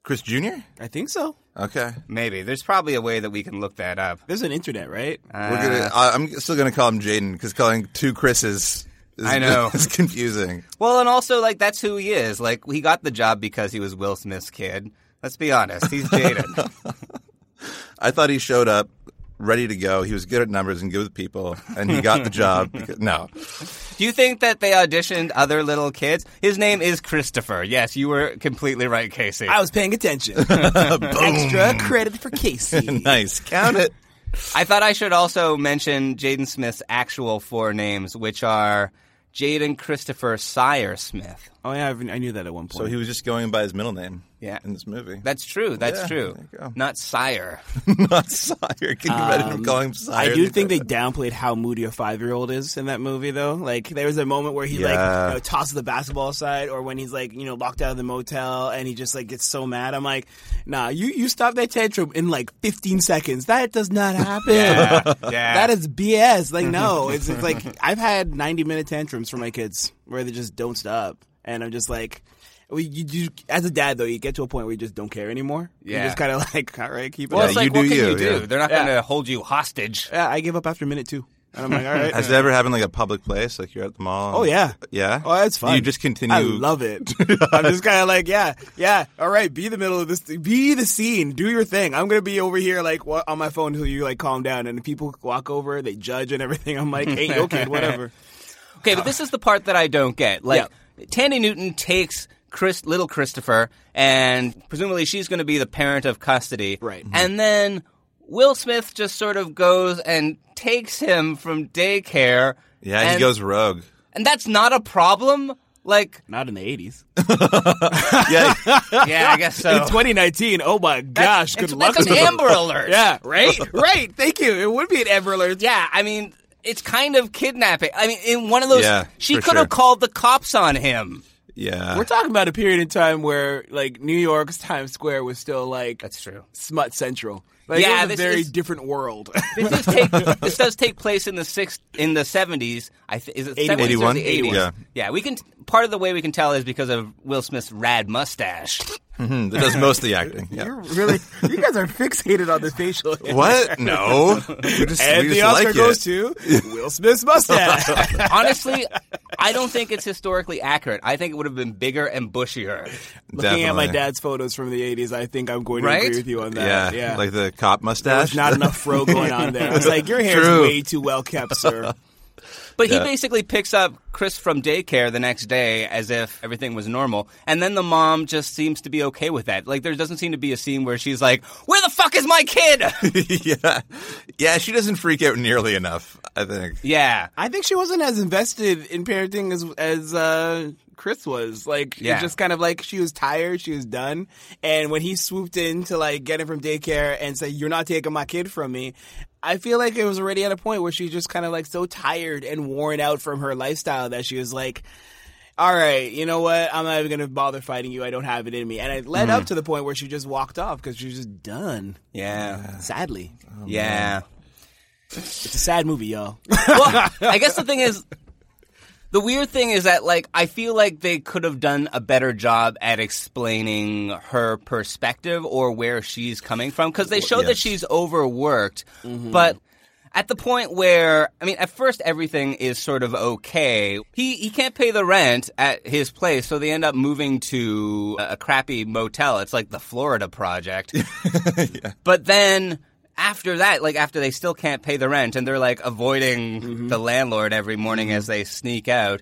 [SPEAKER 8] Chris Junior.
[SPEAKER 9] I think so.
[SPEAKER 8] Okay,
[SPEAKER 7] Maybe. There's probably a way that we can look that up.
[SPEAKER 9] There's an internet, right?
[SPEAKER 8] We're gonna. I, I'm still gonna call him Jaden because calling two Chris's It's-
[SPEAKER 7] I
[SPEAKER 8] <laughs>
[SPEAKER 7] know.
[SPEAKER 8] It's confusing.
[SPEAKER 7] Well, and also like that's who he is. Like he got the job because he was Will Smith's kid. Let's be honest, <laughs> he's jaded.
[SPEAKER 8] I thought he showed up ready to go. He was good at numbers and good with people, and he got the
[SPEAKER 9] <laughs>
[SPEAKER 8] job. Because, no, <laughs>
[SPEAKER 7] Do you think that they auditioned other little kids? His name is Christopher. Yes, you were completely right, Casey.
[SPEAKER 9] I was
[SPEAKER 8] <laughs>
[SPEAKER 9] paying attention. Extra credit for Casey.
[SPEAKER 8] nice. Count it.
[SPEAKER 7] I thought I should also mention Jaden Smith's actual four names, which are Jaden Christopher Sire Smith.
[SPEAKER 9] Oh yeah, I I knew that at one point.
[SPEAKER 8] So he was just going by his middle name.
[SPEAKER 7] Yeah.
[SPEAKER 8] in this movie,
[SPEAKER 7] That's true. That's
[SPEAKER 8] Yeah,
[SPEAKER 7] true.
[SPEAKER 8] there you go.
[SPEAKER 7] Not <laughs> Sire.
[SPEAKER 8] <laughs> not Sire. Can you imagine him calling him Sire?
[SPEAKER 9] Um, I do think they downplayed how moody a five year old is in that movie, though. Like there was a moment where he like
[SPEAKER 8] Yeah.
[SPEAKER 9] you know, tosses the basketball aside, or when he's like you know locked out of the motel and he just like gets so mad. I'm like, nah, you you stop that tantrum in like 15 seconds. That
[SPEAKER 7] <laughs>
[SPEAKER 9] does not happen.
[SPEAKER 7] yeah.
[SPEAKER 9] That is BS.
[SPEAKER 7] <laughs>
[SPEAKER 9] Like no, it's, it's like I've had 90 minute tantrums for my kids where they just don't stop, and I'm just like. well, You, you, as a dad, though, you get to a point where you just don't care anymore.
[SPEAKER 7] Yeah.
[SPEAKER 9] you just kind of <laughs> like, all right, keep it
[SPEAKER 7] Well,
[SPEAKER 9] up.
[SPEAKER 7] it's
[SPEAKER 8] Yeah,
[SPEAKER 7] like,
[SPEAKER 8] you
[SPEAKER 7] what
[SPEAKER 8] do
[SPEAKER 7] can
[SPEAKER 8] you,
[SPEAKER 7] you do?
[SPEAKER 8] yeah.
[SPEAKER 7] They're not going to hold you hostage.
[SPEAKER 9] Yeah, I give up after minute two. And I'm like, all
[SPEAKER 7] <laughs>
[SPEAKER 9] right.
[SPEAKER 8] Has it ever happened like a public place, like you're at the mall? and-
[SPEAKER 9] Oh yeah,
[SPEAKER 8] yeah.
[SPEAKER 9] Oh, that's fun.
[SPEAKER 8] You just continue.
[SPEAKER 9] I love it. <laughs> I'm just kind of like, yeah, yeah. All right, be the middle of this. Be the scene. Do your thing. I'm gonna be over here like wa- on my phone until you like calm down. And people walk over, they judge and everything. I'm like, hey, okay, whatever.
[SPEAKER 7] Okay, but this is the part that I don't get. Like,
[SPEAKER 9] Yeah.
[SPEAKER 7] Tandy Newton takes Chris, little Christopher, and presumably she's going to be the parent of custody.
[SPEAKER 9] Right. Mhm.
[SPEAKER 7] And then Will Smith just sort of goes and takes him from daycare.
[SPEAKER 8] Yeah,
[SPEAKER 7] and,
[SPEAKER 8] he goes rogue.
[SPEAKER 7] And that's not a problem?
[SPEAKER 8] <laughs>
[SPEAKER 7] Like,
[SPEAKER 9] <laughs> Not in the 80s.
[SPEAKER 8] Yeah,
[SPEAKER 7] yeah, I guess
[SPEAKER 9] <laughs> In
[SPEAKER 7] so.
[SPEAKER 9] 2019. Oh my gosh.
[SPEAKER 7] It's-
[SPEAKER 9] good luck.
[SPEAKER 7] That's an
[SPEAKER 9] with them.
[SPEAKER 8] <laughs>
[SPEAKER 7] Amber Alert.
[SPEAKER 9] <laughs> Yeah. Right. Right. Thank you. It would be an Amber Alert.
[SPEAKER 7] Yeah, I mean, it's kind of kidnapping. I mean, in one of those,
[SPEAKER 8] Yeah,
[SPEAKER 7] she
[SPEAKER 8] for
[SPEAKER 7] could
[SPEAKER 8] sure.
[SPEAKER 7] have called the cops on him.
[SPEAKER 8] yeah.
[SPEAKER 9] We're talking about a period in time where like New York's Times Square was still like
[SPEAKER 7] That's true.
[SPEAKER 9] smut central. Like,
[SPEAKER 7] Yeah,
[SPEAKER 9] it was a
[SPEAKER 7] this
[SPEAKER 9] very
[SPEAKER 7] is-
[SPEAKER 9] different world. <laughs>
[SPEAKER 7] this, does take, <laughs> this does take place in the six in the seventies. I th- is it
[SPEAKER 9] 81?
[SPEAKER 7] seventies or the
[SPEAKER 8] 81?
[SPEAKER 7] eighties?
[SPEAKER 8] Yeah.
[SPEAKER 7] We can part of the way we can tell is because of Will Smith's rad mustache.
[SPEAKER 8] Hmm, that does most of the acting. Yeah.
[SPEAKER 9] You're really, you guys are fixated on the facial. <laughs> hair.
[SPEAKER 8] <laughs> What? No. We just,
[SPEAKER 9] And
[SPEAKER 8] we just
[SPEAKER 9] the Oscar
[SPEAKER 8] like
[SPEAKER 9] goes
[SPEAKER 8] it.
[SPEAKER 9] to <laughs> Will Smith's mustache.
[SPEAKER 7] Honestly, I don't think it's historically accurate. I think it would have been bigger and bushier.
[SPEAKER 9] <laughs> Looking at
[SPEAKER 8] Definitely.
[SPEAKER 9] my dad's photos from the '80s, I think I'm going to
[SPEAKER 7] Right?
[SPEAKER 9] agree with you on
[SPEAKER 8] Yeah,
[SPEAKER 9] that. Yeah,
[SPEAKER 8] like the cop
[SPEAKER 9] there
[SPEAKER 8] mustache.
[SPEAKER 9] was not enough fro going on there. I was like, your hair's
[SPEAKER 8] True.
[SPEAKER 9] way too well kept, <laughs> sir.
[SPEAKER 7] But he basically picks up Chris from daycare the next day as if everything was normal, and then the mom just seems to be okay with that. Like there doesn't seem to be a scene where she's like, "Where the fuck is my kid?" <laughs>
[SPEAKER 8] <laughs> yeah, yeah. She doesn't freak out nearly enough. I think.
[SPEAKER 7] yeah.
[SPEAKER 9] I think she wasn't as invested in parenting as as uh, Chris was. Like, she
[SPEAKER 7] Yeah.
[SPEAKER 9] was just kind of like she was tired, she was done, and when he swooped in to like get him from daycare and say, "You're not taking my kid from me," I feel like it was already at a point where she's just kind of like so tired and worn out from her lifestyle that she was like. All right, you know what? I'm not even going to bother fighting you. I don't have it in me. And it led up to the point where she just walked off because she was just done,
[SPEAKER 7] Yeah.
[SPEAKER 9] sadly.
[SPEAKER 7] Yeah.
[SPEAKER 9] It's a sad movie, y'all.
[SPEAKER 7] well, I guess the thing is, the weird thing is that like I feel like they could have done a better job at explaining her perspective or where she's coming from because they show that
[SPEAKER 8] yes.
[SPEAKER 7] she's overworked, but. At the point where, I mean, at first everything is sort of okay. He he can't pay the rent at his place, so they end up moving to a a crappy motel. It's like the Florida Project. But then after that, like after they still can't pay the rent and they're like avoiding the landlord every morning as they sneak out,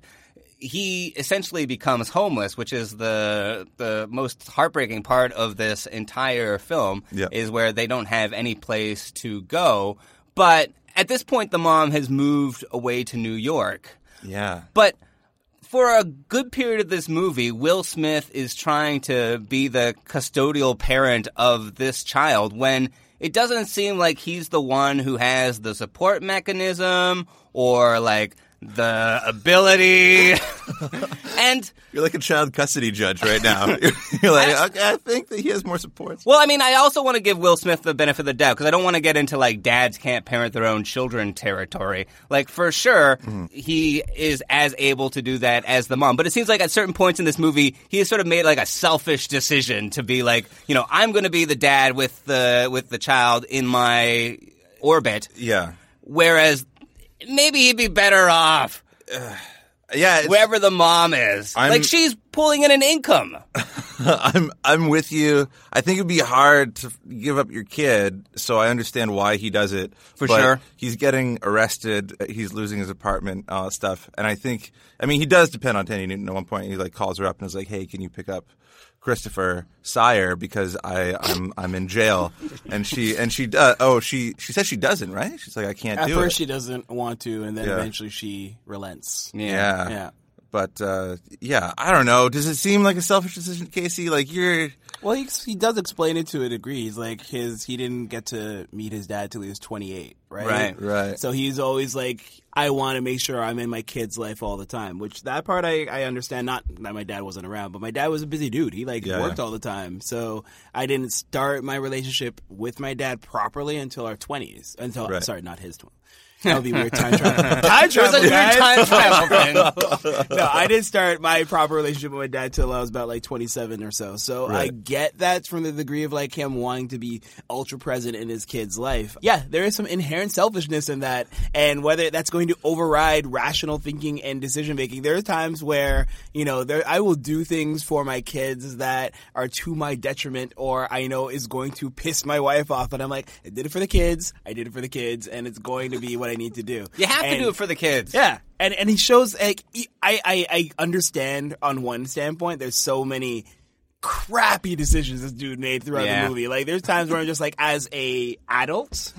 [SPEAKER 7] he essentially becomes homeless, which is the the most heartbreaking part of this entire film
[SPEAKER 8] Yeah.
[SPEAKER 7] is where they don't have any place to go. But at this point the mom has moved away to New York.
[SPEAKER 8] Yeah.
[SPEAKER 7] But for a good period of this movie, Will Smith is trying to be the custodial parent of this child when it doesn't seem like he's the one who has the support mechanism or like the ability. <laughs> and
[SPEAKER 8] You're like a child custody judge right now. <laughs> You're like, okay, I think that he has more support.
[SPEAKER 7] well, I mean, I also want to give Will Smith the benefit of the doubt because I don't want to get into like dads can't parent their own children territory. Like for sure,
[SPEAKER 9] Mm.
[SPEAKER 7] he is as able to do that as the mom. But it seems like at certain points in this movie, he has sort of made like a selfish decision to be like, you know, I'm going to be the dad with the with the child in my orbit,
[SPEAKER 8] Yeah.
[SPEAKER 7] whereas maybe he'd be better off.
[SPEAKER 8] Yeah, it's-
[SPEAKER 7] wherever the mom is.
[SPEAKER 8] I'm-
[SPEAKER 7] like she's pulling in an income.
[SPEAKER 8] <laughs> I'm I'm with you. I think it'd be hard to give up your kid, so I understand why he does it.
[SPEAKER 7] For
[SPEAKER 8] But
[SPEAKER 7] sure.
[SPEAKER 8] he's getting arrested. He's losing his apartment, all that stuff. And I think, I mean, he does depend on Tandy Newton. At one point, he like calls her up and is like, "Hey, can you pick up Christopher Sire because I I'm I'm in jail?" And she and she does. Oh, she she says she doesn't. Right? She's like, "I can't
[SPEAKER 9] At
[SPEAKER 8] do
[SPEAKER 9] first,
[SPEAKER 8] it."
[SPEAKER 9] she doesn't want to, and then
[SPEAKER 8] Yeah.
[SPEAKER 9] eventually she relents.
[SPEAKER 8] yeah.
[SPEAKER 9] Yeah.
[SPEAKER 8] But uh, yeah, I don't know. Does it seem like a selfish decision, Casey? Like you're.
[SPEAKER 9] Well, he, he does explain it to a degree. He's like his he didn't get to meet his dad till he was 28, right?
[SPEAKER 7] Right,
[SPEAKER 8] right.
[SPEAKER 9] So he's always like, I want to make sure I'm in my kid's life all the time. Which that part I, I understand. Not that my dad wasn't around, but my dad was a busy dude. He like
[SPEAKER 8] Yeah,
[SPEAKER 9] worked
[SPEAKER 8] yeah.
[SPEAKER 9] all the time. So I didn't start my relationship with my dad properly until our 20s. Until
[SPEAKER 8] Right.
[SPEAKER 9] sorry, not his 20s. That would be weird
[SPEAKER 8] <laughs>
[SPEAKER 9] time travel. time
[SPEAKER 7] There's a
[SPEAKER 9] travel,
[SPEAKER 7] weird
[SPEAKER 9] guys
[SPEAKER 7] time travel
[SPEAKER 9] <laughs>
[SPEAKER 7] thing.
[SPEAKER 9] no, I didn't start my proper relationship with my dad till I was about like 27 or so. So I
[SPEAKER 8] Right.
[SPEAKER 9] get that from the degree of like him wanting to be ultra present in his kid's life. Yeah, there is some inherent selfishness in that. And whether that's going to override rational thinking and decision making, there are times where, you know, there, I will do things for my kids that are to my detriment or I know is going to piss my wife off. And I'm like, I did it for the kids. I did it for the kids. And it's going to be what I need to do.
[SPEAKER 7] You have to
[SPEAKER 9] And-
[SPEAKER 7] do it for the kids.
[SPEAKER 9] yeah, and and he shows like he- I I, I understand on one standpoint. There's so many crappy decisions this dude made throughout
[SPEAKER 7] Yeah.
[SPEAKER 9] the movie. Like there's times where I'm just like, as a
[SPEAKER 8] <laughs>
[SPEAKER 9] adult,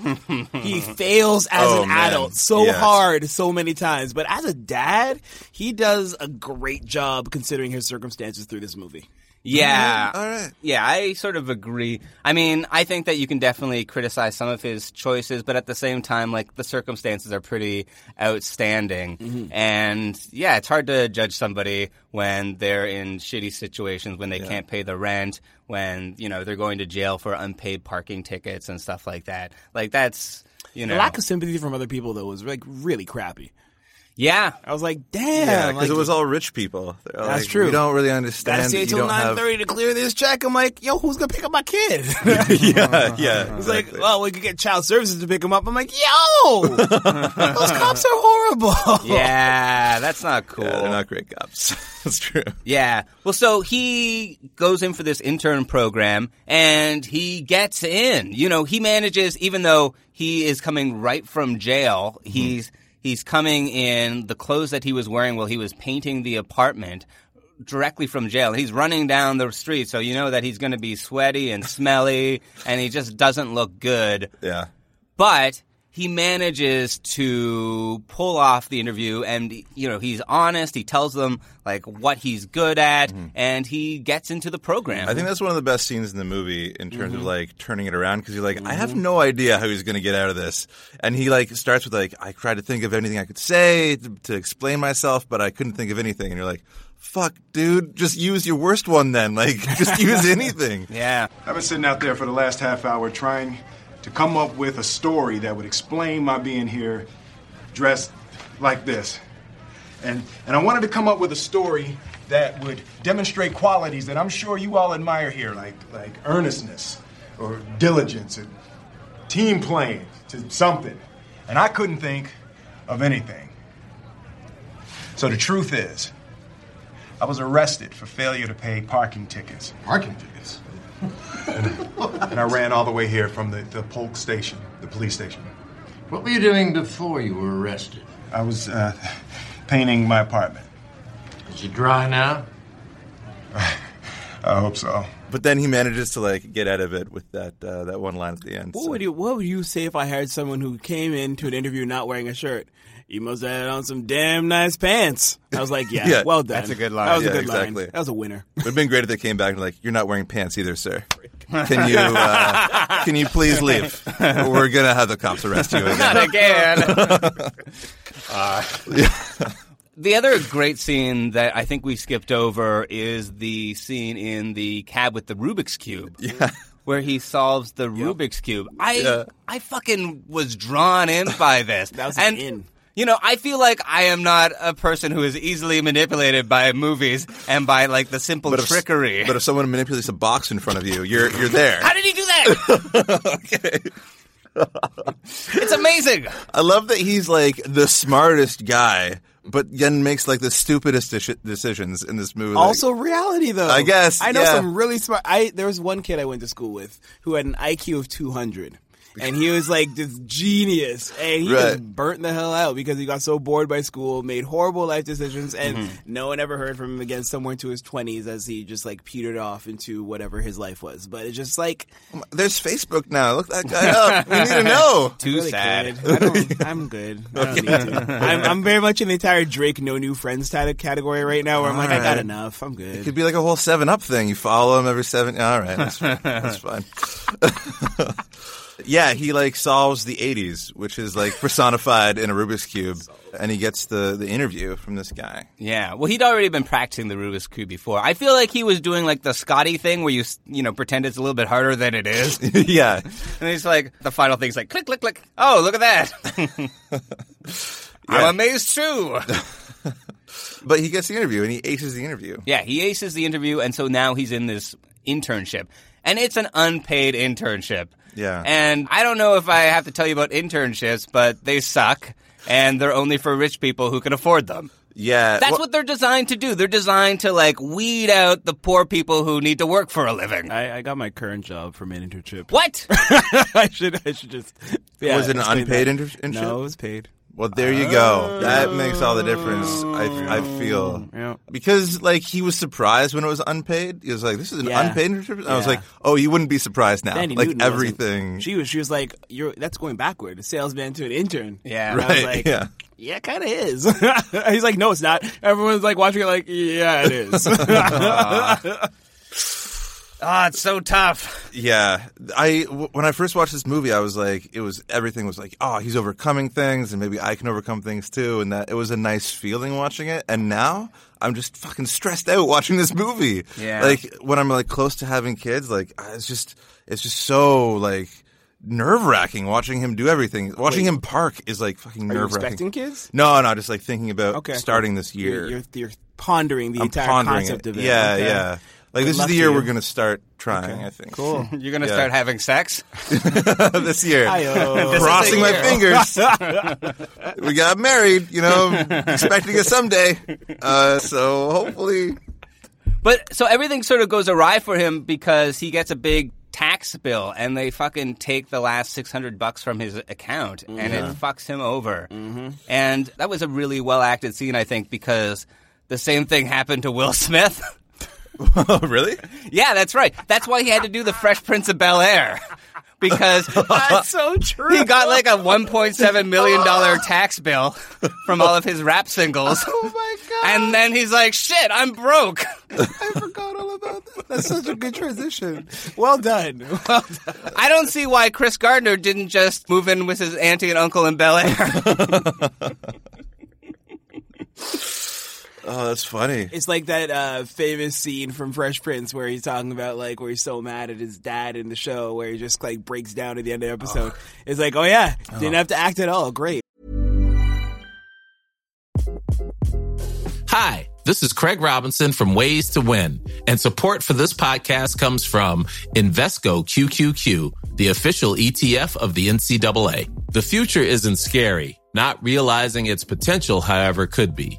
[SPEAKER 9] he fails as
[SPEAKER 8] Oh,
[SPEAKER 9] an
[SPEAKER 8] man.
[SPEAKER 9] adult so
[SPEAKER 8] Yes.
[SPEAKER 9] hard so many times. But as a dad, he does a great job considering his circumstances through this movie.
[SPEAKER 7] Yeah.
[SPEAKER 8] All right.
[SPEAKER 7] Yeah, I sort of agree. I mean, I think that you can definitely criticize some of his choices, but at the same time, like the circumstances are pretty outstanding.
[SPEAKER 8] Mm-hmm.
[SPEAKER 7] And yeah, it's hard to judge somebody when they're in shitty situations, when they can't pay the rent, when, you know, they're going to jail for unpaid parking tickets and stuff like that. Like that's, you know.
[SPEAKER 9] The lack of sympathy from other people though was like really crappy.
[SPEAKER 7] yeah.
[SPEAKER 9] I was like, damn,
[SPEAKER 8] Yeah, because
[SPEAKER 9] like,
[SPEAKER 8] it was all rich people. They're
[SPEAKER 9] That's
[SPEAKER 8] like,
[SPEAKER 9] true.
[SPEAKER 8] We don't really
[SPEAKER 9] Gotta
[SPEAKER 8] understand.
[SPEAKER 9] stay
[SPEAKER 8] that you
[SPEAKER 9] till
[SPEAKER 8] don't
[SPEAKER 9] nine
[SPEAKER 8] have-
[SPEAKER 9] thirty to clear this check. I'm like, yo, who's gonna pick up my kid?
[SPEAKER 8] <laughs> yeah,
[SPEAKER 9] <laughs>
[SPEAKER 8] yeah.
[SPEAKER 9] It's like,
[SPEAKER 8] exactly.
[SPEAKER 9] well, we could get child services to pick him up. I'm like, yo, those cops are horrible. <laughs>
[SPEAKER 7] Yeah, that's not cool.
[SPEAKER 8] Yeah, they're not great cops. <laughs> That's true.
[SPEAKER 7] Yeah. Well, so he goes in for this intern program and he gets in. You know, he manages, even though he is coming right from jail, he's, he's coming in the clothes that he was wearing while he was painting the apartment directly from jail. He's running down the street, so you know that he's going to be sweaty and smelly and he just doesn't look good
[SPEAKER 8] Yeah,
[SPEAKER 7] but he manages to pull off the interview and you know he's honest he tells them like what he's good at and he gets into the program
[SPEAKER 8] I
[SPEAKER 9] Mm-hmm.
[SPEAKER 8] think that's one of the best scenes in the movie in terms of like turning it around because you're like, I
[SPEAKER 9] Mm-hmm.
[SPEAKER 8] have no idea how he's going to get out of this, and he like starts with like, I tried to think of anything I could say to, to explain myself, but I couldn't think of anything, and you're like, fuck, dude, just use your worst one then, like <laughs> just
[SPEAKER 9] <laughs>
[SPEAKER 8] use anything.
[SPEAKER 7] yeah
[SPEAKER 4] I've been sitting out there for the last half hour trying to come up with a story that would explain my being here dressed like this. And, and I wanted to come up with a story that would demonstrate qualities that I'm sure you all admire here, like, like earnestness or diligence and team playing to something. And I couldn't think of anything. So the truth is, I was arrested for failure to pay parking tickets. Parking tickets? And I ran all the way here from the, the Polk station, the police station.
[SPEAKER 6] What were you doing before you were arrested?
[SPEAKER 4] I was uh, painting my apartment.
[SPEAKER 6] Is it dry now?
[SPEAKER 4] <laughs> I hope so.
[SPEAKER 8] But then he manages to like get out of it with that uh, that one line at the end.
[SPEAKER 9] What
[SPEAKER 8] so-
[SPEAKER 9] would you What would you say if I hired someone who came into an interview not wearing a shirt? You must have had on some damn nice pants. I was like, yeah,
[SPEAKER 8] Yeah,
[SPEAKER 9] well done.
[SPEAKER 7] that's a good line.
[SPEAKER 9] That was
[SPEAKER 8] Yeah,
[SPEAKER 9] a good
[SPEAKER 8] exactly.
[SPEAKER 9] line. That was a winner.
[SPEAKER 8] It would have been great if they came back and were like, "You're not wearing pants either, sir. Can you uh, can you please leave? We're gonna have the cops arrest you."
[SPEAKER 7] <laughs>
[SPEAKER 8] Again. <laughs>
[SPEAKER 7] not again. the other great scene that I think we skipped over is the scene in the cab with the Rubik's cube. Where he solves the Rubik's cube. I I fucking was drawn in by this. that
[SPEAKER 9] was an
[SPEAKER 7] and
[SPEAKER 9] in.
[SPEAKER 7] you know, I feel like I am not a person who is easily manipulated by movies and by like the simple
[SPEAKER 8] But if-
[SPEAKER 7] trickery.
[SPEAKER 8] But if someone manipulates a box in front of you, you're you're there. <laughs>
[SPEAKER 7] How did he do that? it's amazing.
[SPEAKER 8] I love that he's like the smartest guy, but Yen makes like the stupidest deci- decisions in this movie. like-
[SPEAKER 9] Also, reality though.
[SPEAKER 8] I guess,
[SPEAKER 9] I know
[SPEAKER 8] yeah.
[SPEAKER 9] some really smart. I there was one kid I went to school with who had an IQ of 200, and he was like this genius, and he just
[SPEAKER 8] Right.
[SPEAKER 9] burnt the hell out because he got so bored by school, made horrible life decisions, and
[SPEAKER 8] Mm-hmm.
[SPEAKER 9] no one ever heard from him again. Somewhere into his 20s, as he just like petered off into whatever his life was. But it's just like
[SPEAKER 8] there's Facebook now. Look that guy up. We need to know.
[SPEAKER 7] Too
[SPEAKER 9] really
[SPEAKER 7] sad.
[SPEAKER 9] good. I
[SPEAKER 8] <laughs>
[SPEAKER 9] don't, I'm good. I don't need to. I'm, I'm very much in the entire Drake no new friends type of category right now, where I'm like, I got
[SPEAKER 8] Alright.
[SPEAKER 9] enough. I'm good.
[SPEAKER 8] Could be like a whole Seven Up thing. You follow him every seven. All right, that's, fine. that's fine. <laughs> yeah, he like solves the '80s, which is like personified in a Rubik's cube, and he gets the the interview from this guy. <laughs>
[SPEAKER 7] Yeah. Well, he'd already been practicing the Rubik's Cube before. I feel like he was doing like the Scotty thing where you, s- you know, pretend it's a little bit harder than it is. and
[SPEAKER 8] yeah,
[SPEAKER 7] he's like, the final thing's like, click, click, click. Oh, look at that. <laughs> I'm amazed too.
[SPEAKER 8] but he gets the interview and he aces the interview.
[SPEAKER 7] yeah. He aces the interview. And so now he's in this internship. And it's an unpaid internship.
[SPEAKER 8] Yeah.
[SPEAKER 7] And I don't know if I have to tell you about internships, but they suck. And they're only for rich people who can afford them.
[SPEAKER 8] Yeah,
[SPEAKER 7] That's
[SPEAKER 8] well-
[SPEAKER 7] what they're designed to do. They're designed to like weed out the poor people who need to work for a living.
[SPEAKER 9] I, I got my current job from an internship.
[SPEAKER 7] What?
[SPEAKER 9] <laughs> I should I should just yeah,
[SPEAKER 8] Was it an
[SPEAKER 9] explain
[SPEAKER 8] unpaid
[SPEAKER 9] that.
[SPEAKER 8] inter- internship?
[SPEAKER 9] No, it was paid.
[SPEAKER 8] Well, there you go. That makes all the difference. I, I feel
[SPEAKER 9] Yeah.
[SPEAKER 8] because like he was surprised when it was unpaid. He was like, "This is an
[SPEAKER 9] Yeah.
[SPEAKER 8] unpaid internship." And I was
[SPEAKER 9] Yeah.
[SPEAKER 8] like, "Oh, you wouldn't be surprised now."
[SPEAKER 9] Sandy
[SPEAKER 8] like
[SPEAKER 9] Newton wasn't-
[SPEAKER 8] everything.
[SPEAKER 9] She was she was like, "You're that's going backward." A salesman to an intern.
[SPEAKER 7] Yeah.
[SPEAKER 9] And I was
[SPEAKER 8] Right,
[SPEAKER 9] like,
[SPEAKER 8] yeah.
[SPEAKER 9] Yeah, kind of is. <laughs> He's like, no, it's not. Everyone's like watching it, like, yeah,
[SPEAKER 8] <laughs>
[SPEAKER 9] it is. <laughs> yeah,
[SPEAKER 7] <laughs> Ah, it's so tough.
[SPEAKER 8] Yeah, I w- when I first watched this movie, I was like, it was everything was like, oh, he's overcoming things, and maybe I can overcome things too, and that it was a nice feeling watching it. And now I'm just fucking stressed out watching this movie.
[SPEAKER 7] Yeah.
[SPEAKER 8] like when I'm like close to having kids, like I- it's just it's just so like nerve wracking watching him do everything. Watching him park is like fucking nerve
[SPEAKER 9] expecting
[SPEAKER 8] wracking.
[SPEAKER 9] kids?
[SPEAKER 8] No, no, just like thinking about
[SPEAKER 9] Okay.
[SPEAKER 8] starting this year.
[SPEAKER 9] you're, you're, you're pondering the
[SPEAKER 8] I'm
[SPEAKER 9] entire
[SPEAKER 8] pondering
[SPEAKER 9] concept
[SPEAKER 8] it.
[SPEAKER 9] of it.
[SPEAKER 8] Yeah,
[SPEAKER 9] Okay.
[SPEAKER 8] yeah. Like
[SPEAKER 9] Good
[SPEAKER 8] this is
[SPEAKER 9] luck
[SPEAKER 8] the
[SPEAKER 9] to
[SPEAKER 8] year
[SPEAKER 9] you.
[SPEAKER 8] we're gonna start trying. I think
[SPEAKER 9] Cool.
[SPEAKER 7] <laughs> You're gonna
[SPEAKER 8] Yeah.
[SPEAKER 7] start having sex.
[SPEAKER 8] this year.
[SPEAKER 9] Ayo.
[SPEAKER 8] crossing my
[SPEAKER 7] This
[SPEAKER 8] <laughs> fingers.
[SPEAKER 9] <laughs>
[SPEAKER 8] we got married, you know, expecting it someday. Uh, so hopefully,
[SPEAKER 7] But so everything sort of goes awry for him because he gets a big tax bill and they fucking take the last 600 bucks from his account and it fucks him over.
[SPEAKER 9] Mm-hmm.
[SPEAKER 7] And that was a really well acted scene, I think, because the same thing happened to Will Smith. <laughs>
[SPEAKER 8] oh really?
[SPEAKER 7] yeah, that's right. That's why he had to do the Fresh Prince of Bel Air. Because
[SPEAKER 9] <laughs> That's so true.
[SPEAKER 7] he got like a 1.7 million dollar tax bill from all of his rap singles.
[SPEAKER 9] <laughs> Oh my god!
[SPEAKER 7] And then he's like, "Shit, I'm broke."
[SPEAKER 9] I forgot all about that. That's such a good transition. Well done. Well done.
[SPEAKER 7] I don't see why Chris Gardner didn't just move in with his auntie and uncle in Bel <laughs> Air.
[SPEAKER 8] Oh, that's funny.
[SPEAKER 9] It's like that uh, famous scene from Fresh Prince where he's talking about like where he's so mad at his dad in the show where he just like breaks down at the end of the episode. It's like, oh yeah, didn't have to act at
[SPEAKER 8] <laughs>
[SPEAKER 9] all. Great.
[SPEAKER 5] Hi, this is Craig Robinson from Ways to Win, and support for this podcast comes from Invesco QQQ, the official ETF of the NCAA. The future isn't scary, not realizing its potential, however, could be.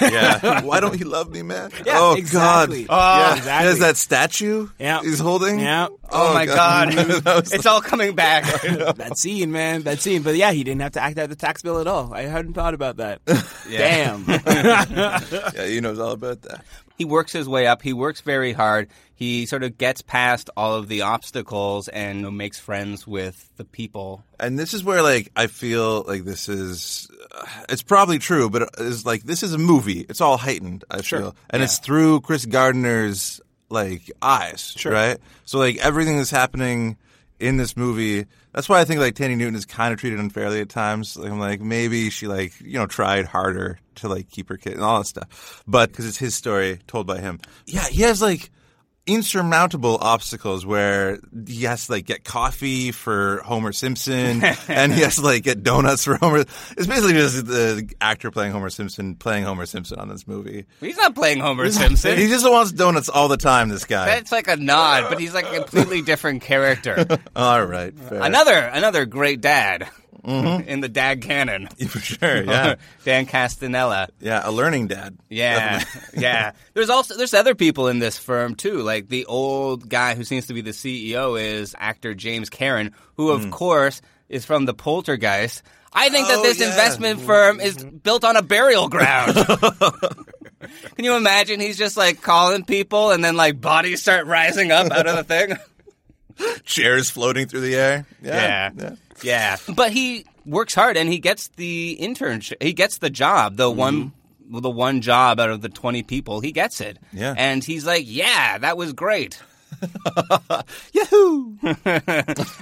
[SPEAKER 8] Yeah. <laughs> Why don't he love me, man?
[SPEAKER 9] Yeah,
[SPEAKER 8] oh
[SPEAKER 9] exactly.
[SPEAKER 8] God. Oh,
[SPEAKER 9] Yeah,
[SPEAKER 8] He has
[SPEAKER 9] exactly.
[SPEAKER 8] that statue.
[SPEAKER 9] Yeah.
[SPEAKER 8] He's holding.
[SPEAKER 9] Yeah.
[SPEAKER 7] Oh my god. <laughs>
[SPEAKER 8] That was-
[SPEAKER 7] it's all coming back. <laughs>
[SPEAKER 9] That scene, man, that scene. But yeah, he didn't have to act out the tax bill at all. I hadn't thought
[SPEAKER 8] <laughs>
[SPEAKER 9] about that. Damn.
[SPEAKER 8] yeah, he knows all about that.
[SPEAKER 7] he works his way up. He works very hard. He sort of gets past all of the obstacles and makes friends with the people.
[SPEAKER 8] And this is where, like, I feel like this is, uh, it's probably true, but it's like, this is a movie. It's all heightened, I feel. And it's through Chris Gardner's, like, eyes, right? So, like, everything that's happening in this movie, that's why I think, like, Tandy Newton is kind of treated unfairly at times. Like, I'm like, maybe she, like, you know, tried harder to, like, keep her kid and all that stuff. But, because it's his story told by him. Yeah, he has, like, insurmountable obstacles where he has to like get coffee for
[SPEAKER 7] <laughs>
[SPEAKER 8] Homer Simpson and he has to like get donuts for Homer. It's basically just the actor playing Homer Simpson playing Homer Simpson on this movie.
[SPEAKER 7] He's not playing Homer Simpson.
[SPEAKER 8] He just wants donuts all the time. This guy.
[SPEAKER 7] That's like a nod, but he's like a completely different <laughs> character.
[SPEAKER 8] all right, fair. <laughs>
[SPEAKER 7] Another another great dad in the dad canon.
[SPEAKER 8] for
[SPEAKER 7] <laughs>
[SPEAKER 8] sure. Yeah,
[SPEAKER 7] Dan Castanella.
[SPEAKER 8] yeah, a learning dad.
[SPEAKER 7] Yeah, yeah. There's also there's other people in this firm too. Like the old guy who seems to be the CEO is actor James Karen, who of course is from the Poltergeist. I think that
[SPEAKER 8] Hmm. Oh,
[SPEAKER 7] this
[SPEAKER 8] yeah. Mm-hmm.
[SPEAKER 7] investment firm is built on a burial
[SPEAKER 8] <laughs>
[SPEAKER 7] ground. Can you imagine? He's just like calling people, and then like bodies start rising up out of the thing.
[SPEAKER 8] <laughs> Chairs floating through the air.
[SPEAKER 7] Yeah. Yeah. But he works hard and he gets the internship. He gets the job, the one well, the one job out of the 20 people. He gets it.
[SPEAKER 8] Yeah.
[SPEAKER 7] And he's like, "Yeah, that was great." <laughs>
[SPEAKER 8] Yahoo!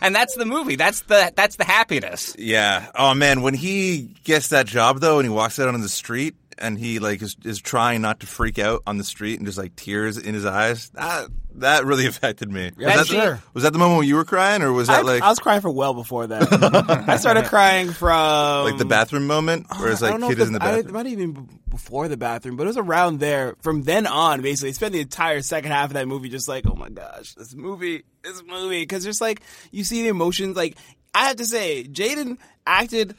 [SPEAKER 7] And that's the movie. That's the that's the happiness.
[SPEAKER 8] Yeah. Oh man, when he gets that job though, and he walks out on the street, and he like is, is trying not to freak out on the street, and just like tears in his eyes. That that really <laughs> affected me.
[SPEAKER 9] Yeah,
[SPEAKER 8] was, that,
[SPEAKER 9] sure.
[SPEAKER 8] was that the moment when you were crying, or was
[SPEAKER 9] I,
[SPEAKER 8] that like
[SPEAKER 9] I was crying for well
[SPEAKER 8] <laughs>
[SPEAKER 9] before that. I started crying from
[SPEAKER 8] like the bathroom moment, where it's
[SPEAKER 9] um, Oh, I
[SPEAKER 8] like
[SPEAKER 9] don't know
[SPEAKER 8] kid
[SPEAKER 9] if
[SPEAKER 8] is in the
[SPEAKER 9] I-
[SPEAKER 8] bathroom?
[SPEAKER 9] it might have even been before the bathroom, but it was around there. From then on, basically, I spent the entire second half of that movie just like, oh my gosh, this movie, this movie, because just like you see the emotions. Like I have to say, Jaden acted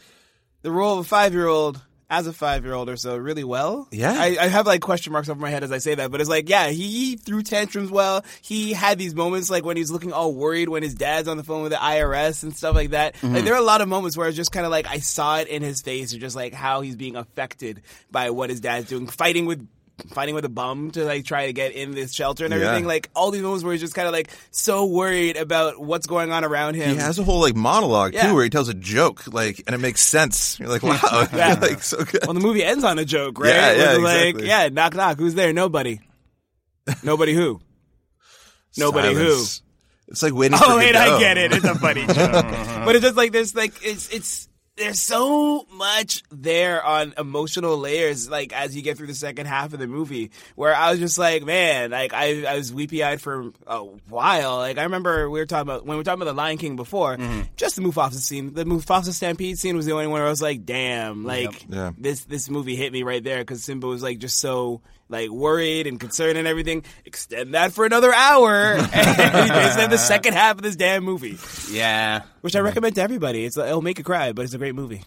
[SPEAKER 9] the role of a five year old. As a five-year-old or so, really well.
[SPEAKER 8] Yeah.
[SPEAKER 9] I, I have like question marks over my head as I say that, but it's like, yeah, he threw tantrums well. He had these moments like when he's looking all worried when his dad's on the phone with the IRS and stuff like that.
[SPEAKER 8] Mm-hmm.
[SPEAKER 9] Like there are a lot of moments where it's just kind of like I saw it in his face, or just like how he's being affected by what his dad's doing, fighting with. Fighting with a bum to like try to get in this shelter and
[SPEAKER 8] Yeah.
[SPEAKER 9] everything, like all these moments where he's just kind of like so worried about what's going on around him.
[SPEAKER 8] He has a whole like monologue
[SPEAKER 9] Yeah.
[SPEAKER 8] too, where he tells a joke, like, and it makes sense. You're like, wow,
[SPEAKER 9] <laughs>
[SPEAKER 8] <laughs>
[SPEAKER 9] Yeah.
[SPEAKER 8] like so good.
[SPEAKER 9] Well, the movie ends on a joke, right?
[SPEAKER 8] Yeah, yeah,
[SPEAKER 9] With, like,
[SPEAKER 8] exactly.
[SPEAKER 9] yeah, knock, knock. Who's there? Nobody. Nobody who? Nobody
[SPEAKER 8] Silence. It's like waiting.
[SPEAKER 9] who?
[SPEAKER 8] for
[SPEAKER 9] <laughs> Oh, wait,
[SPEAKER 8] Godot.
[SPEAKER 9] I get it. It's a funny joke. but it's just like, there's like, it's, it's, there's so much there on emotional layers, like as you get through the second half of the movie, where I was just like, man, like I, I was weepy eyed for a while. Like I remember we were talking about when we were talking about the Lion King before, just the Mufasa scene, the Mufasa stampede scene was the only one where I was like, damn, like
[SPEAKER 8] Yeah.
[SPEAKER 9] this this movie hit me right there because Simba was like just so like worried and concerned and everything. Extend that for another hour. <laughs> and we basically have the second half of this damn movie,
[SPEAKER 7] Yeah.
[SPEAKER 9] which I recommend to everybody. It's like, it'll make you cry, but it's a great movie.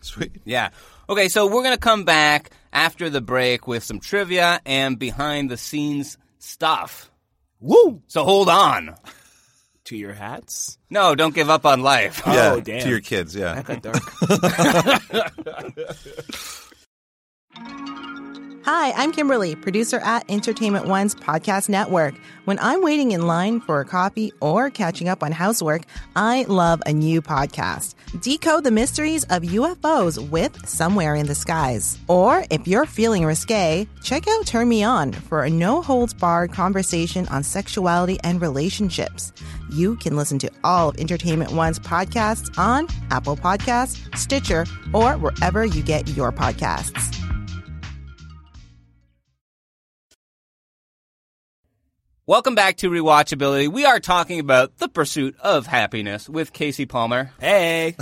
[SPEAKER 8] Sweet.
[SPEAKER 7] Yeah. Okay, so we're going to come back after the break with some trivia and behind the scenes stuff.
[SPEAKER 9] Woo!
[SPEAKER 7] So hold on.
[SPEAKER 9] To your hats.
[SPEAKER 7] No, don't give up on life. <laughs>
[SPEAKER 8] Yeah,
[SPEAKER 9] Oh damn!
[SPEAKER 8] to your kids.
[SPEAKER 9] <laughs>
[SPEAKER 8] Yeah. <laughs>
[SPEAKER 9] Got dark.
[SPEAKER 10] Hi, I'm Kimberly, producer at Entertainment One's podcast network. When I'm waiting in line for a coffee or catching up on housework, I love a new podcast. Decode the mysteries of UFOs with Somewhere in the Skies. Or if you're feeling risque, check out Turn Me On for a no holds barred conversation on sexuality and relationships. You can listen to all of Entertainment One's podcasts on Apple Podcasts, Stitcher, or wherever you get your podcasts.
[SPEAKER 7] Welcome back to Rewatchability. We are talking about The Pursuit of Happiness with Casey Palmer.
[SPEAKER 9] hey,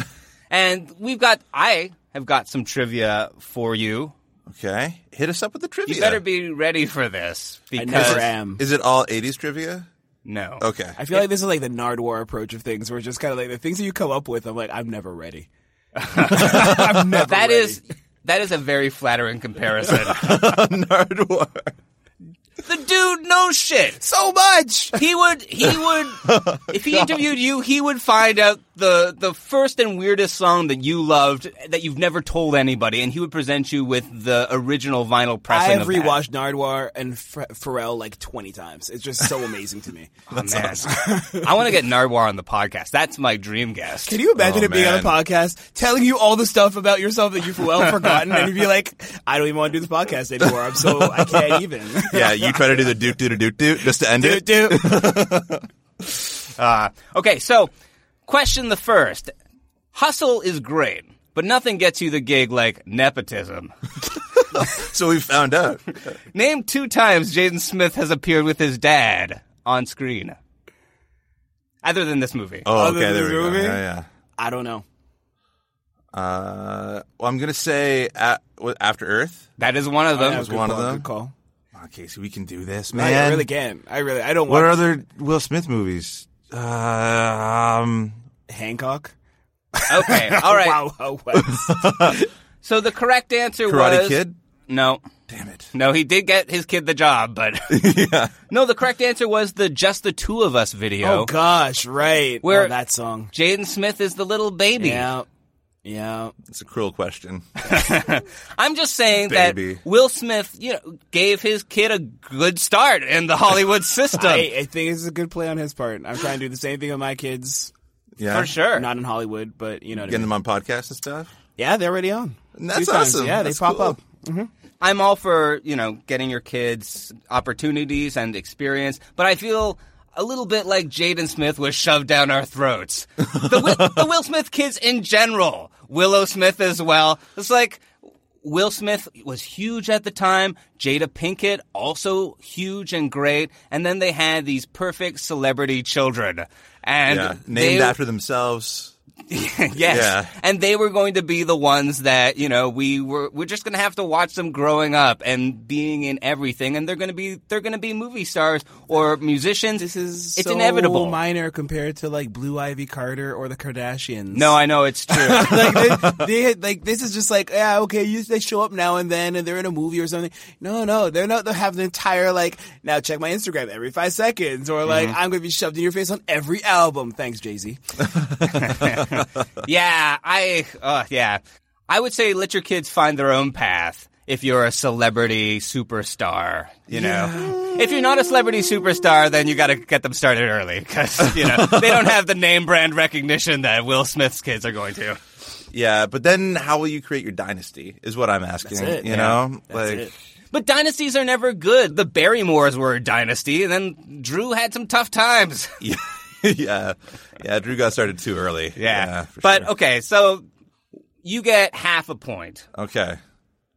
[SPEAKER 7] And we've got, I have got some trivia for you.
[SPEAKER 8] Okay. Hit us up with the trivia.
[SPEAKER 7] You better be ready for this
[SPEAKER 9] I
[SPEAKER 7] because.
[SPEAKER 9] never am.
[SPEAKER 8] Is it all '80s trivia?
[SPEAKER 7] No.
[SPEAKER 8] Okay.
[SPEAKER 9] I feel like this is like the Nardwar approach of things, where it's just kind of like the things that you come up with. I'm like, I'm never ready. I'm never
[SPEAKER 7] That
[SPEAKER 9] ready.
[SPEAKER 7] is. That is a very flattering comparison.
[SPEAKER 8] <laughs>
[SPEAKER 9] <laughs>
[SPEAKER 8] Nardwar.
[SPEAKER 7] the dude knows shit.
[SPEAKER 9] so much.
[SPEAKER 7] He would, he
[SPEAKER 9] <laughs>
[SPEAKER 7] would, if he interviewed you, he would find out the the first and weirdest song that you loved that you've never told anybody, and he would present you with the original vinyl pressing.
[SPEAKER 9] I
[SPEAKER 7] of
[SPEAKER 9] have
[SPEAKER 7] that.
[SPEAKER 9] rewatched Nardwar and Fre- Pharrell like 20 times. It's just so amazing to
[SPEAKER 8] <laughs>
[SPEAKER 9] me.
[SPEAKER 7] Man.
[SPEAKER 4] <laughs>
[SPEAKER 7] I want to get Nardwar on the podcast. That's my dream guest.
[SPEAKER 9] Can you imagine
[SPEAKER 8] Oh,
[SPEAKER 9] it being on a
[SPEAKER 8] man.
[SPEAKER 9] podcast, telling you all the stuff about yourself that you've well forgotten, and you'd be like, I don't even want to do this podcast anymore. I'm so, I can't even. <laughs>
[SPEAKER 8] Yeah, you try to do the doot doot doot doot just to end
[SPEAKER 9] Dude,
[SPEAKER 8] it.
[SPEAKER 9] dude.
[SPEAKER 7] Okay, so question the first. Hustle is great, but nothing gets you the gig like nepotism.
[SPEAKER 8] So we found out.
[SPEAKER 9] <laughs>
[SPEAKER 7] Name two times Jaden Smith has appeared with his dad. on screen? Other than this movie.
[SPEAKER 8] Oh, okay, there we go. Yeah,
[SPEAKER 9] I don't know.
[SPEAKER 8] yeah. Uh, well, I'm gonna say at, what, After Earth.
[SPEAKER 7] That is one of them.
[SPEAKER 8] That was one of them.
[SPEAKER 9] call.
[SPEAKER 8] Oh, Casey, we can do this,
[SPEAKER 9] No, you
[SPEAKER 8] man.
[SPEAKER 9] really can. I really. I don't.
[SPEAKER 8] What
[SPEAKER 9] watch
[SPEAKER 8] other Will Smith movies? Uh, um, <laughs>
[SPEAKER 9] Hancock?
[SPEAKER 7] Okay, all right.
[SPEAKER 9] wow. How West.
[SPEAKER 7] So the correct answer
[SPEAKER 8] Karate
[SPEAKER 7] was
[SPEAKER 8] Kid.
[SPEAKER 7] No,
[SPEAKER 8] Damn it.
[SPEAKER 7] no, he did get his kid the job, but no, the correct answer was the "Just the Two of Us" video.
[SPEAKER 9] oh gosh, right.
[SPEAKER 7] Where-
[SPEAKER 9] oh, that song?
[SPEAKER 7] Jaden Smith is the little baby.
[SPEAKER 9] Yeah. Yeah.
[SPEAKER 8] It's a cruel
[SPEAKER 9] <laughs>
[SPEAKER 8] question.
[SPEAKER 7] I'm just saying
[SPEAKER 8] Baby.
[SPEAKER 7] that Will Smith, you know, gave his kid a good start in the Hollywood system
[SPEAKER 9] I, I think this is a good play on his part. I'm trying to do the same thing with my kids.
[SPEAKER 8] Yeah,
[SPEAKER 7] for sure.
[SPEAKER 9] Not in Hollywood, but you know. What I
[SPEAKER 8] Getting
[SPEAKER 9] mean.
[SPEAKER 8] them on podcasts and stuff.
[SPEAKER 9] Yeah, they're already on.
[SPEAKER 8] And that's
[SPEAKER 9] Few times.
[SPEAKER 8] awesome.
[SPEAKER 9] Yeah,
[SPEAKER 8] That's
[SPEAKER 9] they pop
[SPEAKER 8] cool.
[SPEAKER 9] up.
[SPEAKER 7] I'm all for, you know, getting your kids opportunities and experience, but I feel a little bit like Jaden Smith was shoved down our throats. The, Will, the Will Smith kids in general, Willow Smith as well. It's like Will Smith was huge at the time, Jada Pinkett also huge and great, and then they had these perfect celebrity children. And
[SPEAKER 8] yeah, named
[SPEAKER 7] they-
[SPEAKER 8] after themselves.
[SPEAKER 7] <laughs> yes.
[SPEAKER 8] Yeah.
[SPEAKER 7] And they were going to be the ones that, you know, we were we're just going to have to watch them growing up and being in everything and they're going to be they're going to be movie stars or musicians.
[SPEAKER 9] This is
[SPEAKER 7] it's
[SPEAKER 9] so
[SPEAKER 7] inevitable.
[SPEAKER 9] minor compared to like Blue Ivy Carter or the Kardashians. <laughs>
[SPEAKER 7] no, I know it's true.
[SPEAKER 9] like they, they like this is just like yeah okay you, they show up now and then and they're in a movie or something no no they're not they have an entire like now check my instagram every five seconds or like i'm gonna be shoved in your face on every album thanks jay-z
[SPEAKER 7] yeah, I uh, yeah. I would say let your kids find their own path if you're a celebrity superstar, you know. If you're not a celebrity superstar, then you got to get them started early cuz you know, they don't have the name brand recognition that Will Smith's kids are going to.
[SPEAKER 8] Yeah, but then how will you create your dynasty? Is what I'm asking.
[SPEAKER 9] That's it,
[SPEAKER 8] you
[SPEAKER 9] yeah.
[SPEAKER 8] know,
[SPEAKER 9] That's
[SPEAKER 8] like
[SPEAKER 9] it.
[SPEAKER 7] But dynasties are never good. The Barrymores were a dynasty, and then Drew had some tough times.
[SPEAKER 8] <laughs> yeah, yeah. Drew got started too early. for
[SPEAKER 7] but
[SPEAKER 8] sure.
[SPEAKER 7] okay, so you get half a point.
[SPEAKER 8] okay.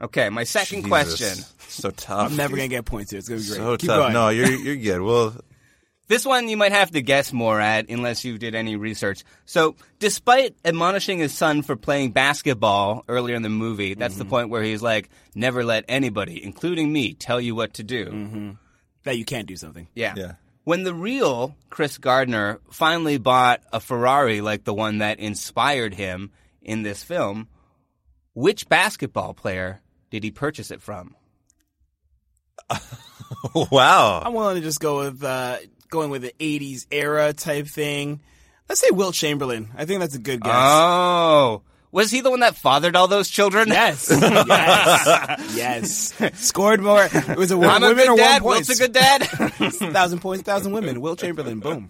[SPEAKER 7] Okay, my second
[SPEAKER 8] Jesus.
[SPEAKER 7] question.
[SPEAKER 8] So tough.
[SPEAKER 9] i'm never gonna get points here it's gonna be great
[SPEAKER 8] So
[SPEAKER 9] Keep
[SPEAKER 8] tough.
[SPEAKER 9] going.
[SPEAKER 8] No, you're you're good. Well, <laughs>
[SPEAKER 7] This one you might have to guess more at unless you did any research. So, despite admonishing his son for playing basketball earlier in the movie, that's the point where he's like, never let anybody, including me, tell you what to do.
[SPEAKER 9] that you can't do something
[SPEAKER 7] Yeah.
[SPEAKER 8] Yeah.
[SPEAKER 7] When the real Chris Gardner finally bought a Ferrari like the one that inspired him in this film, which basketball player did he purchase it from?
[SPEAKER 8] wow.
[SPEAKER 9] i'm willing to just go with uh going with the 80s era type thing let's say wilt chamberlain i think that's a good guess
[SPEAKER 7] Oh. Was he the one that fathered all those children?
[SPEAKER 9] <laughs> Yes, yes, yes. Scored more. It was a wo-
[SPEAKER 7] <laughs> I'm a
[SPEAKER 9] women
[SPEAKER 7] good
[SPEAKER 9] or
[SPEAKER 7] dad. <laughs>
[SPEAKER 9] one
[SPEAKER 7] Wilt's
[SPEAKER 9] point.
[SPEAKER 7] a good dad.
[SPEAKER 9] <laughs> thousand points, thousand women. Will Chamberlain, boom.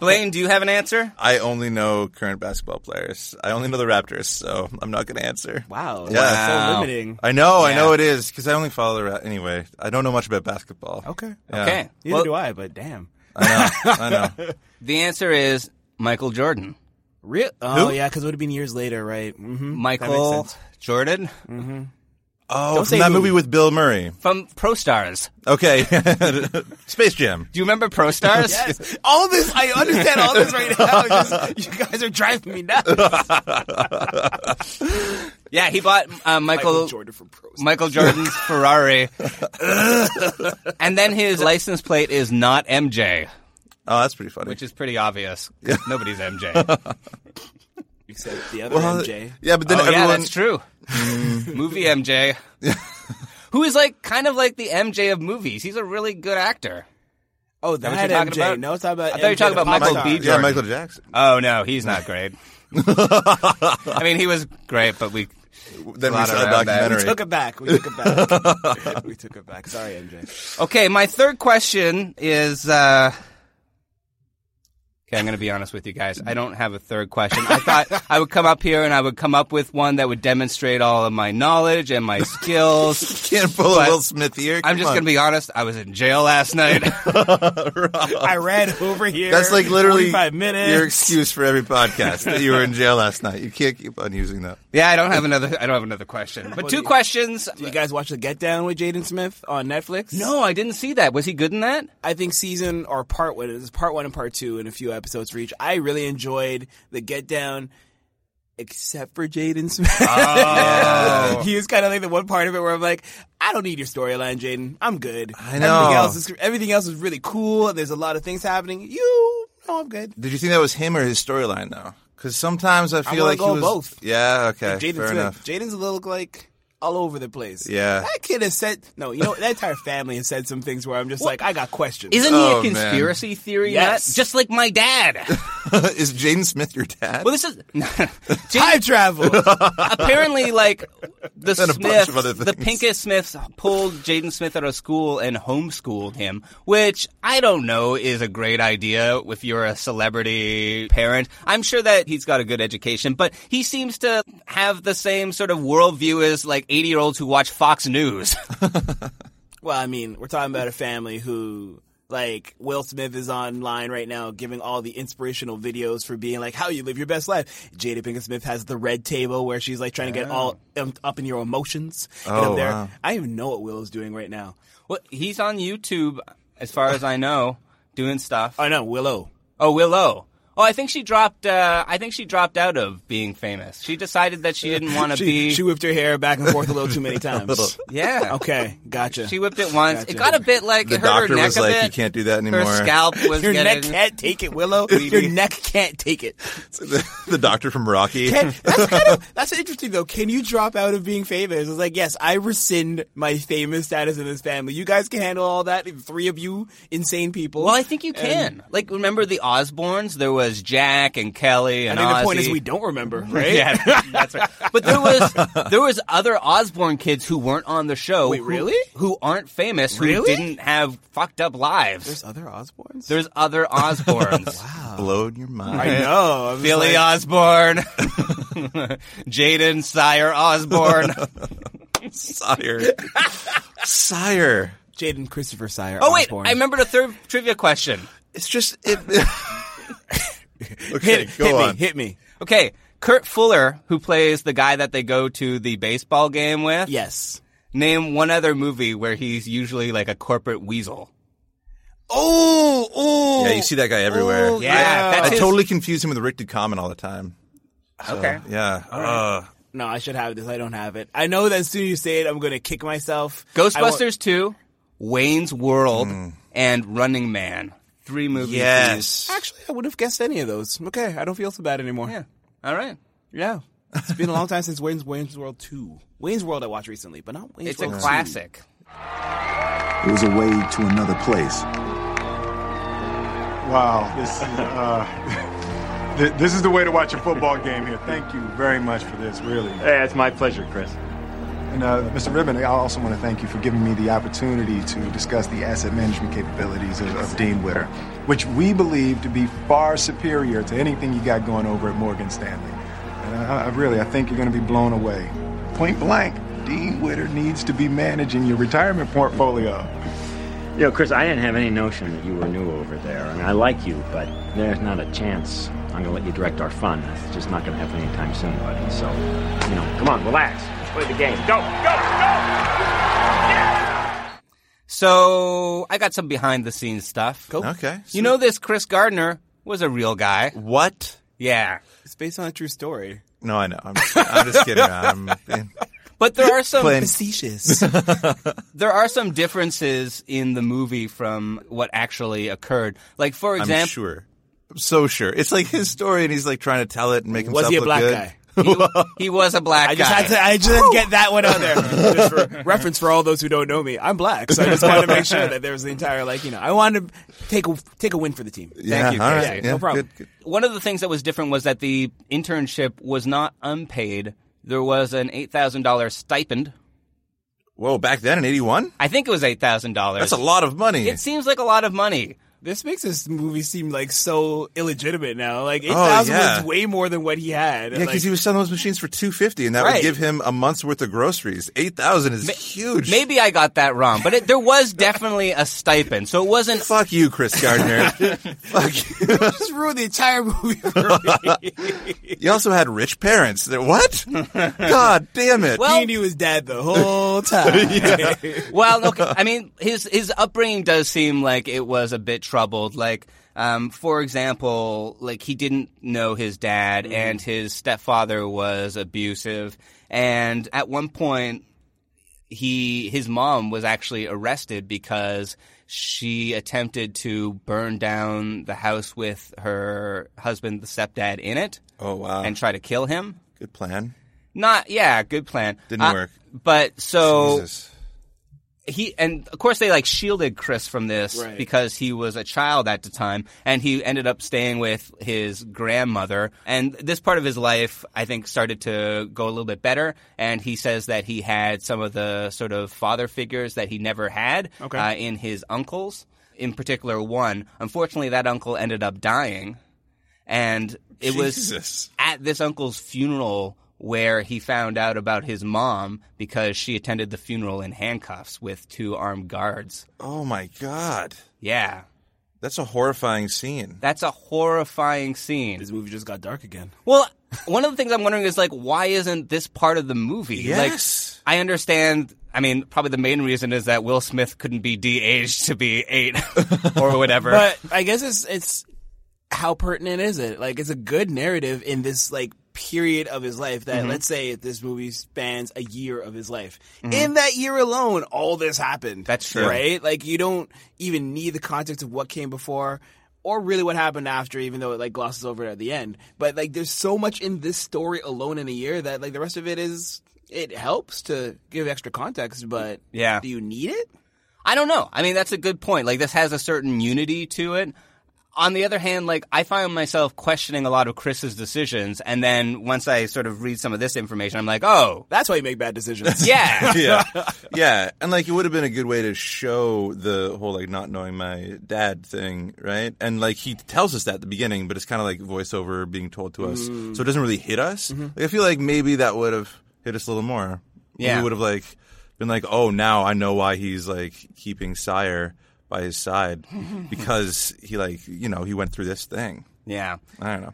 [SPEAKER 7] Blaine, do you have an answer?
[SPEAKER 8] I only know current basketball players. I only know the Raptors, so I'm not going to answer.
[SPEAKER 9] Wow,
[SPEAKER 8] Yeah.
[SPEAKER 9] that's so
[SPEAKER 7] Wow.
[SPEAKER 9] limiting.
[SPEAKER 8] I know, I
[SPEAKER 7] Yeah.
[SPEAKER 8] know it is because I only follow the Ra- anyway. I don't know much about basketball.
[SPEAKER 9] Okay,
[SPEAKER 8] Yeah.
[SPEAKER 7] Okay.
[SPEAKER 9] neither
[SPEAKER 7] well,
[SPEAKER 9] do I. But damn,
[SPEAKER 8] I
[SPEAKER 7] <laughs>
[SPEAKER 8] know.
[SPEAKER 7] The answer is Michael Jordan.
[SPEAKER 9] real. Oh yeah, because it would have been years later, right? Mm-hmm.
[SPEAKER 7] Michael Jordan
[SPEAKER 8] Oh, from
[SPEAKER 9] say
[SPEAKER 8] that
[SPEAKER 9] who.
[SPEAKER 8] movie with Bill Murray.
[SPEAKER 7] from ProStars.
[SPEAKER 8] Okay, <laughs> Space Jam.
[SPEAKER 7] Do you remember ProStars?
[SPEAKER 9] Yes, <laughs> all this I understand. All this right now, it's just, you guys are driving me nuts.
[SPEAKER 7] <laughs> Yeah, he bought uh, Michael,
[SPEAKER 9] Michael Jordan from Pros.
[SPEAKER 7] Michael
[SPEAKER 9] <laughs>
[SPEAKER 7] Jordan's Ferrari, and then his license plate is not MJ,
[SPEAKER 8] Oh, that's pretty funny.
[SPEAKER 7] which is pretty obvious. Nobody's
[SPEAKER 9] <laughs>
[SPEAKER 7] Oh, MJ.
[SPEAKER 9] Except the other
[SPEAKER 8] Well,
[SPEAKER 9] MJ.
[SPEAKER 8] Yeah, but then
[SPEAKER 7] oh
[SPEAKER 8] everyone.
[SPEAKER 7] yeah, that's true.
[SPEAKER 9] Mm.
[SPEAKER 7] Movie
[SPEAKER 9] <laughs>
[SPEAKER 7] MJ, who is like kind of like the MJ of movies. He's a really good actor.
[SPEAKER 9] Oh,
[SPEAKER 7] that what
[SPEAKER 9] that
[SPEAKER 7] you're
[SPEAKER 9] MJ.
[SPEAKER 7] talking about?
[SPEAKER 9] No, it's not about.
[SPEAKER 7] I thought you were
[SPEAKER 9] MJ,
[SPEAKER 7] talking
[SPEAKER 9] the
[SPEAKER 7] about Michael
[SPEAKER 9] pop
[SPEAKER 7] B.
[SPEAKER 9] star.
[SPEAKER 8] Yeah,
[SPEAKER 7] Jordan.
[SPEAKER 8] Michael Jackson.
[SPEAKER 7] Oh no, he's not
[SPEAKER 9] <laughs>
[SPEAKER 7] great. I mean, he was great, but we
[SPEAKER 8] Then we
[SPEAKER 7] lot
[SPEAKER 8] saw a
[SPEAKER 7] around that.
[SPEAKER 8] documentary.
[SPEAKER 9] Took it back. We took
[SPEAKER 8] <laughs>
[SPEAKER 9] it back. we took it back. Sorry, MJ.
[SPEAKER 7] Okay, my third question is uh, Okay, I'm going to be honest with you guys. I don't have a third question. I
[SPEAKER 8] <laughs>
[SPEAKER 7] thought I would come up here and I would come up with one that would demonstrate all of my knowledge and my
[SPEAKER 8] <laughs>
[SPEAKER 7] skills.
[SPEAKER 8] Can't pull a
[SPEAKER 7] But
[SPEAKER 8] Will Smith here.
[SPEAKER 7] I'm
[SPEAKER 8] Come
[SPEAKER 7] just
[SPEAKER 8] on.
[SPEAKER 7] going to be honest. I was in jail last
[SPEAKER 8] <laughs>
[SPEAKER 7] night.
[SPEAKER 9] I read over here.
[SPEAKER 8] That's like literally
[SPEAKER 9] five minutes.
[SPEAKER 8] your excuse for every podcast that you were in jail last night. You can't keep on using that.
[SPEAKER 7] yeah, I don't have another. I don't have another question. But two questions.
[SPEAKER 9] Did you guys watch the Get Down with Jaden Smith on Netflix?
[SPEAKER 7] No, I didn't see that. Was he good in that?
[SPEAKER 9] I think season or part one is part one and part two, and a few episodes for each. I really enjoyed the Get Down, except for Jaden Smith.
[SPEAKER 8] Oh.
[SPEAKER 9] <laughs> he was kind of like the one part of it where I'm like, I don't need your storyline, Jaden. I'm good. I
[SPEAKER 8] know.
[SPEAKER 9] Everything else is everything else is really cool, and there's a lot of things happening. You, no, I'm good.
[SPEAKER 8] Did you think that was him or his storyline though? Because sometimes I feel
[SPEAKER 9] wanna
[SPEAKER 8] like
[SPEAKER 9] go
[SPEAKER 8] he was
[SPEAKER 9] both.
[SPEAKER 8] Yeah. Okay.
[SPEAKER 9] Jaden
[SPEAKER 8] fair
[SPEAKER 9] Smith.
[SPEAKER 8] enough.
[SPEAKER 9] Jaden's a little like. All over the place.
[SPEAKER 8] Yeah.
[SPEAKER 9] that kid has said no. You know that entire family has said some things where I'm just like, I got questions.
[SPEAKER 7] Isn't
[SPEAKER 8] Oh,
[SPEAKER 7] he a
[SPEAKER 8] man.
[SPEAKER 7] conspiracy theory
[SPEAKER 9] Yes.
[SPEAKER 7] nut? Just like my
[SPEAKER 8] <laughs>
[SPEAKER 7] dad.
[SPEAKER 8] is Jaden Smith your dad?
[SPEAKER 7] well, this is <laughs>
[SPEAKER 9] time travel?
[SPEAKER 7] apparently like the
[SPEAKER 8] <laughs> And a bunch
[SPEAKER 7] Smiths,
[SPEAKER 8] of other
[SPEAKER 7] the
[SPEAKER 8] things.
[SPEAKER 7] Pincus Smiths pulled Jaden Smith out of school and homeschooled him, which I don't know is a great idea if you're a celebrity parent. I'm sure that he's got a good education, but he seems to have the same sort of worldview as like 80 year olds who watch Fox News. <laughs>
[SPEAKER 9] Well, I mean, we're talking about a family who, like, Will Smith is online right now giving all the inspirational videos for being like, how you live your best life. Jada Pinkett Smith has the red table where she's like trying to get all um, up in your emotions. and
[SPEAKER 8] Oh,
[SPEAKER 9] up there.
[SPEAKER 8] wow.
[SPEAKER 9] I don't even know what Will is doing right now.
[SPEAKER 7] well, he's on YouTube, as far as I know, doing stuff.
[SPEAKER 9] Oh, no, Willow.
[SPEAKER 7] Oh, Willow. Oh, I think she dropped. Uh, I think she dropped out of being famous. She decided that she didn't
[SPEAKER 8] <laughs>
[SPEAKER 7] want to
[SPEAKER 9] She,
[SPEAKER 7] be.
[SPEAKER 9] she whipped her hair back and forth a little too many times.
[SPEAKER 7] yeah.
[SPEAKER 9] Okay, gotcha.
[SPEAKER 7] She whipped it once.
[SPEAKER 9] Gotcha.
[SPEAKER 7] It got a bit like
[SPEAKER 8] the
[SPEAKER 7] it hurt her
[SPEAKER 8] doctor
[SPEAKER 7] neck
[SPEAKER 8] was
[SPEAKER 7] a
[SPEAKER 8] like,
[SPEAKER 7] bit.
[SPEAKER 8] "You can't do that anymore."
[SPEAKER 7] Her
[SPEAKER 9] <laughs>
[SPEAKER 7] scalp <laughs> was
[SPEAKER 9] Your neck
[SPEAKER 7] getting.
[SPEAKER 9] can't take
[SPEAKER 7] <laughs>
[SPEAKER 9] it, Willow. Your neck can't take it.
[SPEAKER 8] the, <laughs> the doctor from Rocky.
[SPEAKER 9] Can- that's kind of that's interesting though. Can you drop out of being famous? It's like yes, I rescind my famous status in this family. You guys can handle all that. Three of you insane people.
[SPEAKER 7] well, I think you can. like, remember the Osbournes? There was Jack and Kelly
[SPEAKER 9] I
[SPEAKER 7] and
[SPEAKER 9] think the point
[SPEAKER 7] Ozzy.
[SPEAKER 9] is we don't remember,
[SPEAKER 7] <laughs>
[SPEAKER 9] right? <laughs>
[SPEAKER 7] yeah, that's right. But there was there was other Osborne kids who weren't on the show.
[SPEAKER 9] Wait,
[SPEAKER 7] who-
[SPEAKER 9] really?
[SPEAKER 7] Who, aren't famous? Who
[SPEAKER 9] Really?
[SPEAKER 7] didn't have fucked up lives?
[SPEAKER 9] There's other Osbournes.
[SPEAKER 7] There's other
[SPEAKER 9] <laughs>
[SPEAKER 7] Osbournes.
[SPEAKER 8] Blowing your mind.
[SPEAKER 9] Oh, I know. I'm just
[SPEAKER 7] Billy
[SPEAKER 9] like,
[SPEAKER 7] Osborne, <laughs> Jaden Sire
[SPEAKER 9] <laughs>
[SPEAKER 7] Osborne.
[SPEAKER 8] <laughs> Sire. Sire.
[SPEAKER 9] Jaden Christopher Sire.
[SPEAKER 7] Oh wait,
[SPEAKER 9] Osbourne.
[SPEAKER 7] I remembered a third trivia question.
[SPEAKER 8] It's just it. <laughs> okay,
[SPEAKER 9] Hit,
[SPEAKER 8] go
[SPEAKER 9] hit
[SPEAKER 8] on.
[SPEAKER 9] me. Hit me.
[SPEAKER 7] Okay, Kurt Fuller, who plays the guy that they go to the baseball game with.
[SPEAKER 9] Yes.
[SPEAKER 7] Name one other movie where he's usually like a corporate weasel.
[SPEAKER 9] Oh, oh.
[SPEAKER 8] Yeah, you see that guy everywhere.
[SPEAKER 9] Oh,
[SPEAKER 7] Yeah,
[SPEAKER 9] yeah.
[SPEAKER 7] that's
[SPEAKER 8] I
[SPEAKER 7] his-
[SPEAKER 8] totally confuse him with Rick DeCommon all the time.
[SPEAKER 7] Okay.
[SPEAKER 8] Yeah. Uh,
[SPEAKER 9] No, I should have this. I don't have it. I know that as soon as you say it, I'm going to kick myself. I won't-
[SPEAKER 7] Ghostbusters Two, Wayne's World, and Running Man. Three movies.
[SPEAKER 8] Hmm. yes.
[SPEAKER 9] Actually, I would have guessed any of those. Okay, I don't feel so bad anymore.
[SPEAKER 7] Yeah. All right.
[SPEAKER 9] Yeah. It's been a long time since Wayne's, Wayne's World 2. Wayne's World I watched recently, but not Wayne's
[SPEAKER 7] It's a
[SPEAKER 9] World 2.
[SPEAKER 7] classic.
[SPEAKER 1] It was a way to another place.
[SPEAKER 4] Wow, this is, uh, <laughs> th- this is the way to watch a football game here. Thank you very much for this, really.
[SPEAKER 11] Hey, it's my pleasure, Chris.
[SPEAKER 4] And uh, Mr. Ribbon, I also want to thank you for giving me the opportunity to discuss the asset management capabilities of, of Dean Witter, which we believe to be far superior to anything you got going over at Morgan Stanley. And I, I really, I think you're going to be blown away. Point blank, Dean Witter needs to be managing your retirement portfolio.
[SPEAKER 11] You know, Chris, I didn't have any notion that you were new over there, and I like you, but there's not a chance I'm gonna let you direct our fund. That's just not gonna happen anytime soon, buddy. So, you know, come on, relax, play the game, go, go, go.
[SPEAKER 7] So I got some behind the scenes stuff.
[SPEAKER 8] Okay.
[SPEAKER 7] You know this Chris Gardner was a real guy.
[SPEAKER 8] what?
[SPEAKER 7] Yeah.
[SPEAKER 9] It's based on a true story.
[SPEAKER 8] No, I know. I'm just, I'm just kidding. around. I'm,
[SPEAKER 7] But there are some
[SPEAKER 8] Plain- <laughs>
[SPEAKER 9] Facetious.
[SPEAKER 7] there are some differences in the movie from what actually occurred. Like for
[SPEAKER 8] I'm
[SPEAKER 7] example,
[SPEAKER 8] sure. I'm so sure. It's like his story, and he's like trying to tell it and make himself
[SPEAKER 9] Was he a
[SPEAKER 8] look
[SPEAKER 9] black
[SPEAKER 8] good. <laughs>
[SPEAKER 9] guy?
[SPEAKER 7] he was a black
[SPEAKER 9] I
[SPEAKER 7] guy.
[SPEAKER 9] just had to. I just had to get that
[SPEAKER 8] <laughs>
[SPEAKER 9] one out there. Just for reference for all those who don't know me, I'm black, so I just wanted to make sure that there was the entire like you know. I wanted to take a, take a win for the team.
[SPEAKER 8] Yeah,
[SPEAKER 7] you,
[SPEAKER 8] all
[SPEAKER 7] Casey.
[SPEAKER 8] right,
[SPEAKER 9] No
[SPEAKER 8] yeah,
[SPEAKER 9] problem.
[SPEAKER 8] good, good.
[SPEAKER 7] One of the things that was different was that the internship was not unpaid. There was an eight thousand dollar stipend.
[SPEAKER 8] Whoa, back then in '81,
[SPEAKER 7] I think it was eight thousand dollars.
[SPEAKER 8] that's a lot of money. <laughs>
[SPEAKER 7] It seems like a lot of money.
[SPEAKER 9] This makes this movie seem like so illegitimate now. Like
[SPEAKER 8] Oh,
[SPEAKER 9] eight thousand
[SPEAKER 8] yeah.
[SPEAKER 9] was way more than what he had.
[SPEAKER 8] Yeah, because
[SPEAKER 9] Like-
[SPEAKER 8] he was selling those machines for two fifty, and that
[SPEAKER 9] Right.
[SPEAKER 8] would give him a month's worth of groceries. Eight thousand is huge.
[SPEAKER 7] Maybe I got that wrong, but it, there was definitely a stipend, so it wasn't.
[SPEAKER 8] Fuck you, Chris
[SPEAKER 9] <laughs>
[SPEAKER 8] Gardner.
[SPEAKER 9] <laughs> just ruined the entire movie.
[SPEAKER 8] <laughs> you also had rich parents. That-
[SPEAKER 9] <laughs>
[SPEAKER 8] What? God damn it!
[SPEAKER 9] he knew his dad
[SPEAKER 8] <laughs>
[SPEAKER 9] the whole
[SPEAKER 7] <laughs>
[SPEAKER 9] time.
[SPEAKER 7] well, look, I mean, his his upbringing does seem like it was a bit troubled. Like, um, for example, like he didn't know his dad,
[SPEAKER 8] Mm-hmm.
[SPEAKER 7] and his stepfather was abusive, and at one point, he his mom was actually arrested because she attempted to burn down the house with her husband, the stepdad, in it.
[SPEAKER 8] Oh wow!
[SPEAKER 7] And try to kill him.
[SPEAKER 8] Good plan.
[SPEAKER 7] Not yeah, good plan.
[SPEAKER 8] Didn't
[SPEAKER 7] Uh,
[SPEAKER 8] work.
[SPEAKER 7] But so
[SPEAKER 8] Jesus.
[SPEAKER 7] he and of course they like shielded Chris from this
[SPEAKER 9] Right.
[SPEAKER 7] because he was a child at the time and he ended up staying with his grandmother and this part of his life I think started to go a little bit better and he says that he had some of the sort of father figures that he never had
[SPEAKER 9] Okay.
[SPEAKER 7] uh, in his uncles in particular one unfortunately that uncle ended up dying and it was
[SPEAKER 8] Jesus.
[SPEAKER 7] at this uncle's funeral where he found out about his mom because she attended the funeral in handcuffs with two armed guards.
[SPEAKER 8] Oh my god!
[SPEAKER 7] Yeah.
[SPEAKER 8] That's a horrifying scene. <laughs>
[SPEAKER 7] That's a horrifying scene.
[SPEAKER 9] This movie just got dark again.
[SPEAKER 7] Well, one of the things I'm wondering is like, why isn't this part of the movie?
[SPEAKER 8] Yes.
[SPEAKER 7] Like, I understand. I mean, probably the main reason is that Will Smith couldn't be de-aged to be eight <laughs> or whatever.
[SPEAKER 9] But I guess it's it's how pertinent is it? Like it's a good narrative in this like period of his life that
[SPEAKER 7] Mhm.
[SPEAKER 9] let's say this movie spans a year of his life. In that year alone, all this happened.
[SPEAKER 7] Mm-hmm. That's true.
[SPEAKER 9] Right? Like you don't even need the context of what came before or really what happened after, even though it like glosses over it at the end. But like there's so much in this story alone in a year that like the rest of it is it helps to give extra context, but
[SPEAKER 7] Yeah.
[SPEAKER 9] do you need it?
[SPEAKER 7] I don't know. I mean, that's a good point. Like, this has a certain unity to it. On the other hand, like, I find myself questioning a lot of Chris's decisions. And then once I sort of read some of this information, I'm like, oh,
[SPEAKER 9] That's why you make
[SPEAKER 7] <laughs>
[SPEAKER 9] bad decisions.
[SPEAKER 7] yeah.
[SPEAKER 8] <laughs> yeah, yeah, and like it would have been a good way to show the whole like not knowing my dad thing, right? And like he tells us that at the beginning, but it's kind of like voiceover being told to us, so it doesn't really hit us. Like, I feel like maybe that would have hit us a little more.
[SPEAKER 7] Yeah.
[SPEAKER 8] we would have like been like, oh, now I know why he's like keeping Sire by his side because he like you know he went through this thing.
[SPEAKER 7] Yeah.
[SPEAKER 8] I don't know.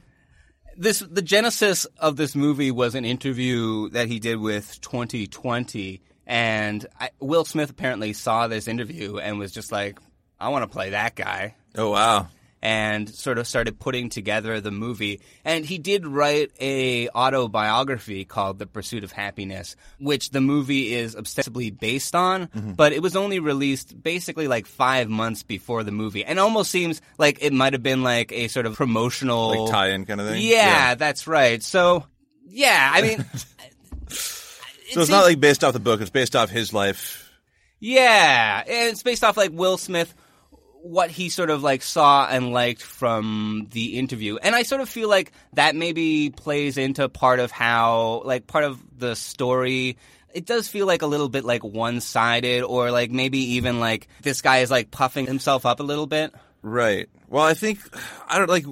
[SPEAKER 7] this the genesis of this movie was an interview that he did with 2020 and I, Will Smith apparently saw this interview and was just like I want to play that guy
[SPEAKER 8] Oh wow.
[SPEAKER 7] and sort of started putting together the movie and he did write a autobiography called The Pursuit of Happiness which the movie is ostensibly based on
[SPEAKER 8] Mm-hmm.
[SPEAKER 7] but it was only released basically like 5 months before the movie and almost seems like it might have been like a sort of promotional
[SPEAKER 8] Like tie-in kind of thing?
[SPEAKER 7] yeah,
[SPEAKER 8] Yeah.
[SPEAKER 7] that's right so yeah i mean
[SPEAKER 8] So it's not like based off the book; it's based off his life.
[SPEAKER 7] Yeah, and it's based off like Will Smith, what he sort of like saw and liked from the interview, and I sort of feel like that maybe plays into part of how like part of the story. It does feel like a little bit like one sided, or like maybe even like this guy is like puffing himself up a little bit.
[SPEAKER 8] Right. Well, I think I don't like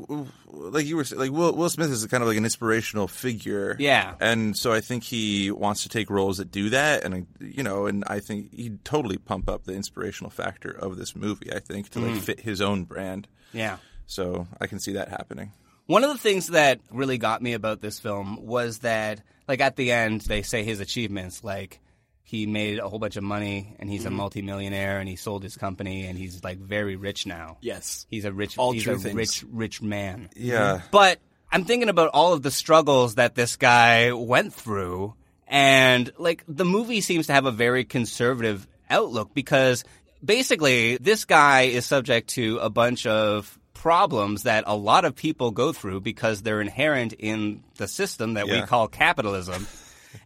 [SPEAKER 8] like you were saying, like Will Will Smith is kind of like an inspirational figure.
[SPEAKER 7] Yeah.
[SPEAKER 8] And so I think he wants to take roles that do that, and you know, and I think he'd totally pump up the inspirational factor of this movie. I think to like fit his own brand.
[SPEAKER 7] Yeah.
[SPEAKER 8] So I can see that happening.
[SPEAKER 7] One of the things that really got me about this film was that, like, at the end, they say his achievements. Like, he made a whole bunch of money and
[SPEAKER 9] Mm-hmm.
[SPEAKER 7] he's a multimillionaire and he sold his company and he's, like, very rich now.
[SPEAKER 9] Yes.
[SPEAKER 7] He's a rich,
[SPEAKER 9] All
[SPEAKER 7] he's
[SPEAKER 9] true
[SPEAKER 7] a
[SPEAKER 9] things.
[SPEAKER 7] rich, rich man.
[SPEAKER 8] Yeah.
[SPEAKER 7] But I'm thinking about all of the struggles that this guy went through, and like the movie seems to have a very conservative outlook because basically this guy is subject to a bunch of problems that a lot of people go through because they're inherent in the system that we
[SPEAKER 8] Yeah.
[SPEAKER 7] call capitalism.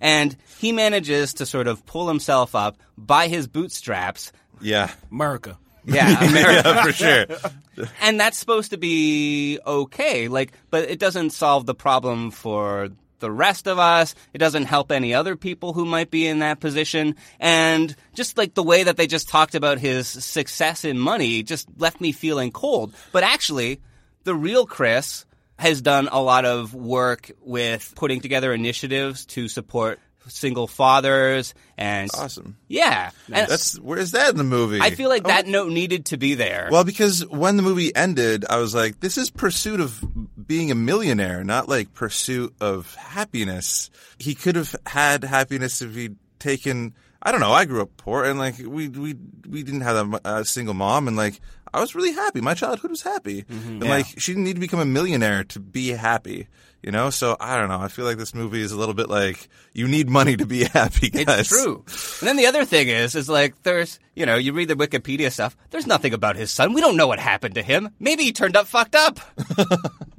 [SPEAKER 7] And he manages to sort of pull himself up by his bootstraps.
[SPEAKER 8] <laughs> Yeah.
[SPEAKER 9] America.
[SPEAKER 7] Yeah, America
[SPEAKER 8] <laughs> yeah, for sure.
[SPEAKER 7] and that's supposed to be okay like but it doesn't solve the problem for the rest of us. It doesn't help any other people who might be in that position. And just like the way that they just talked about his success in money just left me feeling cold. But actually, the real Chris has done a lot of work with putting together initiatives to support single fathers and
[SPEAKER 8] awesome.
[SPEAKER 7] Yeah. And
[SPEAKER 8] That's Oh, where is that in the movie?
[SPEAKER 7] I feel like that note needed to be there.
[SPEAKER 8] Well, because when the movie ended, I was like, this is pursuit of being a millionaire, not like pursuit of happiness. He could have had happiness if he'd taken. I don't know. I grew up poor, and like we we we didn't have a, mu- a single mom, and like I was really happy. My childhood was happy, and
[SPEAKER 7] Mm-hmm. Yeah.
[SPEAKER 8] like she didn't need to become a millionaire to be happy. You know, so I don't know. I feel like this movie is a little bit like you need money to be <laughs> happy. Guys.
[SPEAKER 7] It's true. And then the other thing is, is like there's, you know, you read the Wikipedia stuff. There's nothing about his son. We don't know what happened to him. Maybe he turned up fucked up.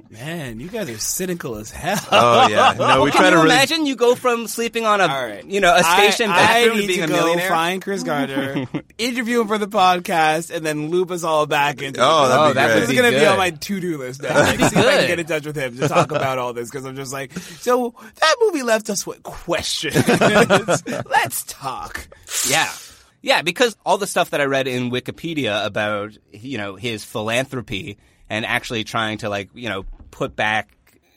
[SPEAKER 9] Man, you guys are cynical as hell. <laughs>
[SPEAKER 8] Oh, yeah.
[SPEAKER 7] <laughs>
[SPEAKER 8] No, we
[SPEAKER 7] Well,
[SPEAKER 8] try
[SPEAKER 7] can
[SPEAKER 8] to
[SPEAKER 7] you
[SPEAKER 8] really-
[SPEAKER 7] imagine you go from sleeping on a, you know, a
[SPEAKER 9] I-
[SPEAKER 7] station
[SPEAKER 9] I
[SPEAKER 7] bathroom
[SPEAKER 9] need
[SPEAKER 7] to being
[SPEAKER 9] to
[SPEAKER 7] a
[SPEAKER 9] go
[SPEAKER 7] millionaire?
[SPEAKER 9] Find Chris <laughs> Gardner, interview him for the podcast, and then loop us all back into. the
[SPEAKER 8] Oh, that'd
[SPEAKER 9] podcast.
[SPEAKER 8] be great.
[SPEAKER 9] This is gonna be
[SPEAKER 8] good.
[SPEAKER 9] on my to-do list now. Like, see if I can get in touch with him to talk about all this because I'm just like, so that movie left us with questions. <laughs> Let's talk.
[SPEAKER 7] Yeah. Yeah, because all the stuff that I read in Wikipedia about, you know, his philanthropy and actually trying to like, you know, put back,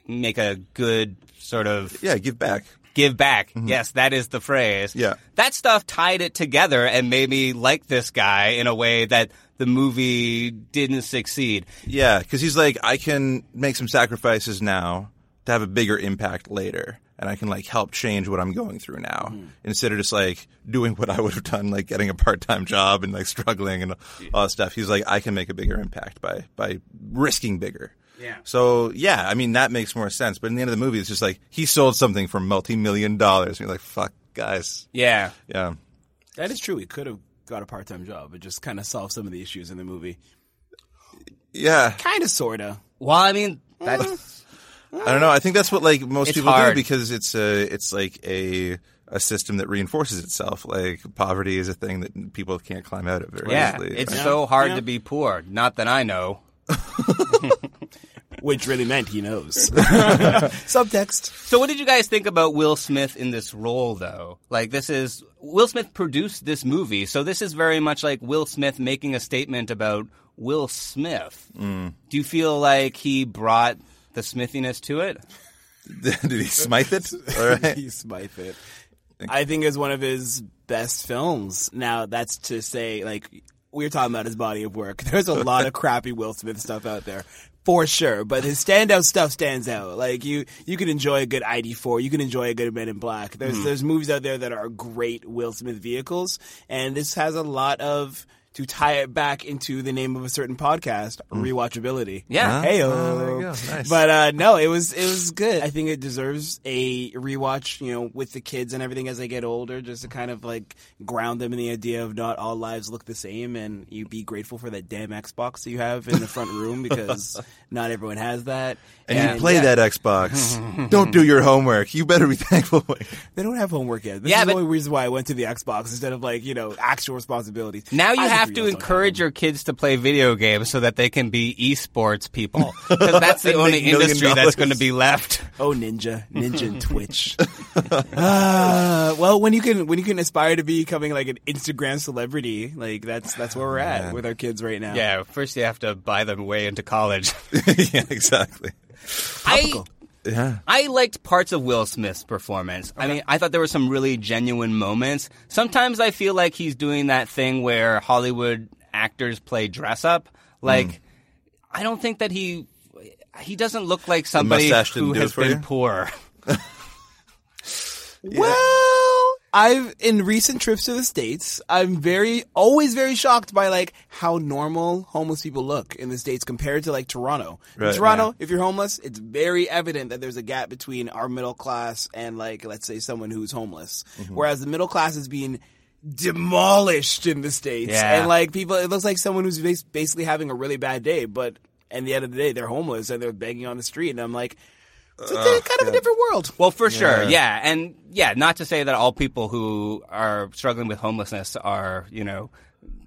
[SPEAKER 7] make a good sort of.
[SPEAKER 8] Yeah, give back.
[SPEAKER 7] Give back. Yes, that is the phrase. Yeah. That stuff tied it together and made me like this guy in a way that the movie didn't succeed.
[SPEAKER 8] Yeah, because he's like, I can make some sacrifices now to have a bigger impact later, and I can like help change what I'm going through now
[SPEAKER 7] Hmm.
[SPEAKER 8] instead of just like doing what I would have done, like getting a part time job and like struggling and all that stuff. He's like, I can make a bigger impact by by risking bigger.
[SPEAKER 7] Yeah.
[SPEAKER 8] So yeah, I mean that makes more sense. But in the end of the movie, it's just like he sold something for multi million dollars. And you're like, fuck, guys.
[SPEAKER 7] Yeah.
[SPEAKER 8] Yeah.
[SPEAKER 9] That is true. We could have got a part-time job, but just kind of solved some of the issues in the movie.
[SPEAKER 8] Yeah.
[SPEAKER 9] Kind of, sorta.
[SPEAKER 7] Well, I mean,
[SPEAKER 9] that's
[SPEAKER 8] I don't know. I think that's what like most
[SPEAKER 9] It's
[SPEAKER 8] people
[SPEAKER 9] hard.
[SPEAKER 8] do because it's a it's like a a system that reinforces itself. Like poverty is a thing that people can't climb out of very
[SPEAKER 7] yeah.
[SPEAKER 8] easily.
[SPEAKER 7] It's
[SPEAKER 8] right?
[SPEAKER 7] so hard
[SPEAKER 9] Yeah.
[SPEAKER 7] to be poor. Not that I know.
[SPEAKER 9] which really meant he <laughs> knows.
[SPEAKER 7] Subtext. So, what did you guys think about Will Smith in this role, though? Like, this is Will Smith produced this movie, so this is very much like Will Smith making a statement about Will Smith.
[SPEAKER 8] Mm.
[SPEAKER 7] Do you feel like he brought the smithiness to it?
[SPEAKER 8] <laughs> Did he smite it?
[SPEAKER 9] <laughs>
[SPEAKER 7] <laughs>
[SPEAKER 9] he smite it. I think it's one of his best films. Now that's to say, like we were talking about his body of work. <laughs> There's a lot of crappy Will Smith stuff out there. For sure, but his standout stuff stands out. Like you, you can enjoy a good ID4, you can enjoy a good Men in Black. There's
[SPEAKER 12] Hmm.
[SPEAKER 9] there's movies out there that are great Will Smith vehicles, and this has a lot of to tie it back into the name of a certain podcast,
[SPEAKER 12] Hmm.
[SPEAKER 9] rewatchability.
[SPEAKER 12] Yeah.
[SPEAKER 9] hey
[SPEAKER 12] Ah, there you go. Nice.
[SPEAKER 9] But uh, no, it was it was good. I think it deserves a rewatch. You know, with the kids and everything as they get older, just to kind of like ground them in the idea of not all lives look the same, and you be grateful for that damn Xbox that you have in the front room because not everyone has that.
[SPEAKER 8] And, you play
[SPEAKER 7] <laughs>
[SPEAKER 8] that Xbox. don't do your homework. You better be <laughs> thankful.
[SPEAKER 9] They don't have homework yet. This
[SPEAKER 7] Yeah,
[SPEAKER 9] is
[SPEAKER 7] but-
[SPEAKER 9] the only reason why I went to the Xbox instead of like you know actual responsibilities.
[SPEAKER 7] Now you
[SPEAKER 9] I
[SPEAKER 7] have
[SPEAKER 9] think
[SPEAKER 7] to
[SPEAKER 9] we also-
[SPEAKER 7] encourage your kids to play video games so that they can be esports people, because that's the
[SPEAKER 9] And
[SPEAKER 7] only
[SPEAKER 9] make million
[SPEAKER 7] industry
[SPEAKER 9] dollars.
[SPEAKER 7] that's going to be left.
[SPEAKER 9] Oh, ninja, ninja,
[SPEAKER 7] <laughs>
[SPEAKER 9] and Twitch. Uh, well, when you can when you can aspire to becoming like an Instagram celebrity, like that's that's where we're at
[SPEAKER 7] Man.
[SPEAKER 9] with our kids right now.
[SPEAKER 7] Yeah, first you have to buy them way into college.
[SPEAKER 8] <laughs> yeah, exactly.
[SPEAKER 7] I,
[SPEAKER 8] Yeah.
[SPEAKER 7] I liked parts of Will Smith's performance. I mean, I thought there were some really genuine moments. Sometimes I feel like he's doing that thing where Hollywood actors play dress up. Like, I don't think that he he doesn't look like somebody
[SPEAKER 8] mustache didn't
[SPEAKER 7] who
[SPEAKER 8] do it
[SPEAKER 7] has
[SPEAKER 8] for
[SPEAKER 7] been
[SPEAKER 8] you?
[SPEAKER 7] poor.
[SPEAKER 9] Well, I've in recent trips to the states, I'm very always very shocked by like how normal homeless people look in the states compared to like Toronto.
[SPEAKER 12] Right,
[SPEAKER 9] in Toronto, if you're homeless, it's very evident that there's a gap between our middle class and like let's say someone who's homeless.
[SPEAKER 7] Mm-hmm.
[SPEAKER 12] Mhm.
[SPEAKER 9] Whereas the middle class is being demolished in the states
[SPEAKER 12] Yeah.
[SPEAKER 9] and like people it looks like someone who's bas- basically having a really bad day but at the end of the day they're homeless and they're begging on the street and i'm like it's a
[SPEAKER 7] Ugh,
[SPEAKER 9] kind of a different world
[SPEAKER 7] Well, for sure,
[SPEAKER 9] Yeah.
[SPEAKER 7] yeah, and yeah, not to say that all people who are struggling with homelessness are you know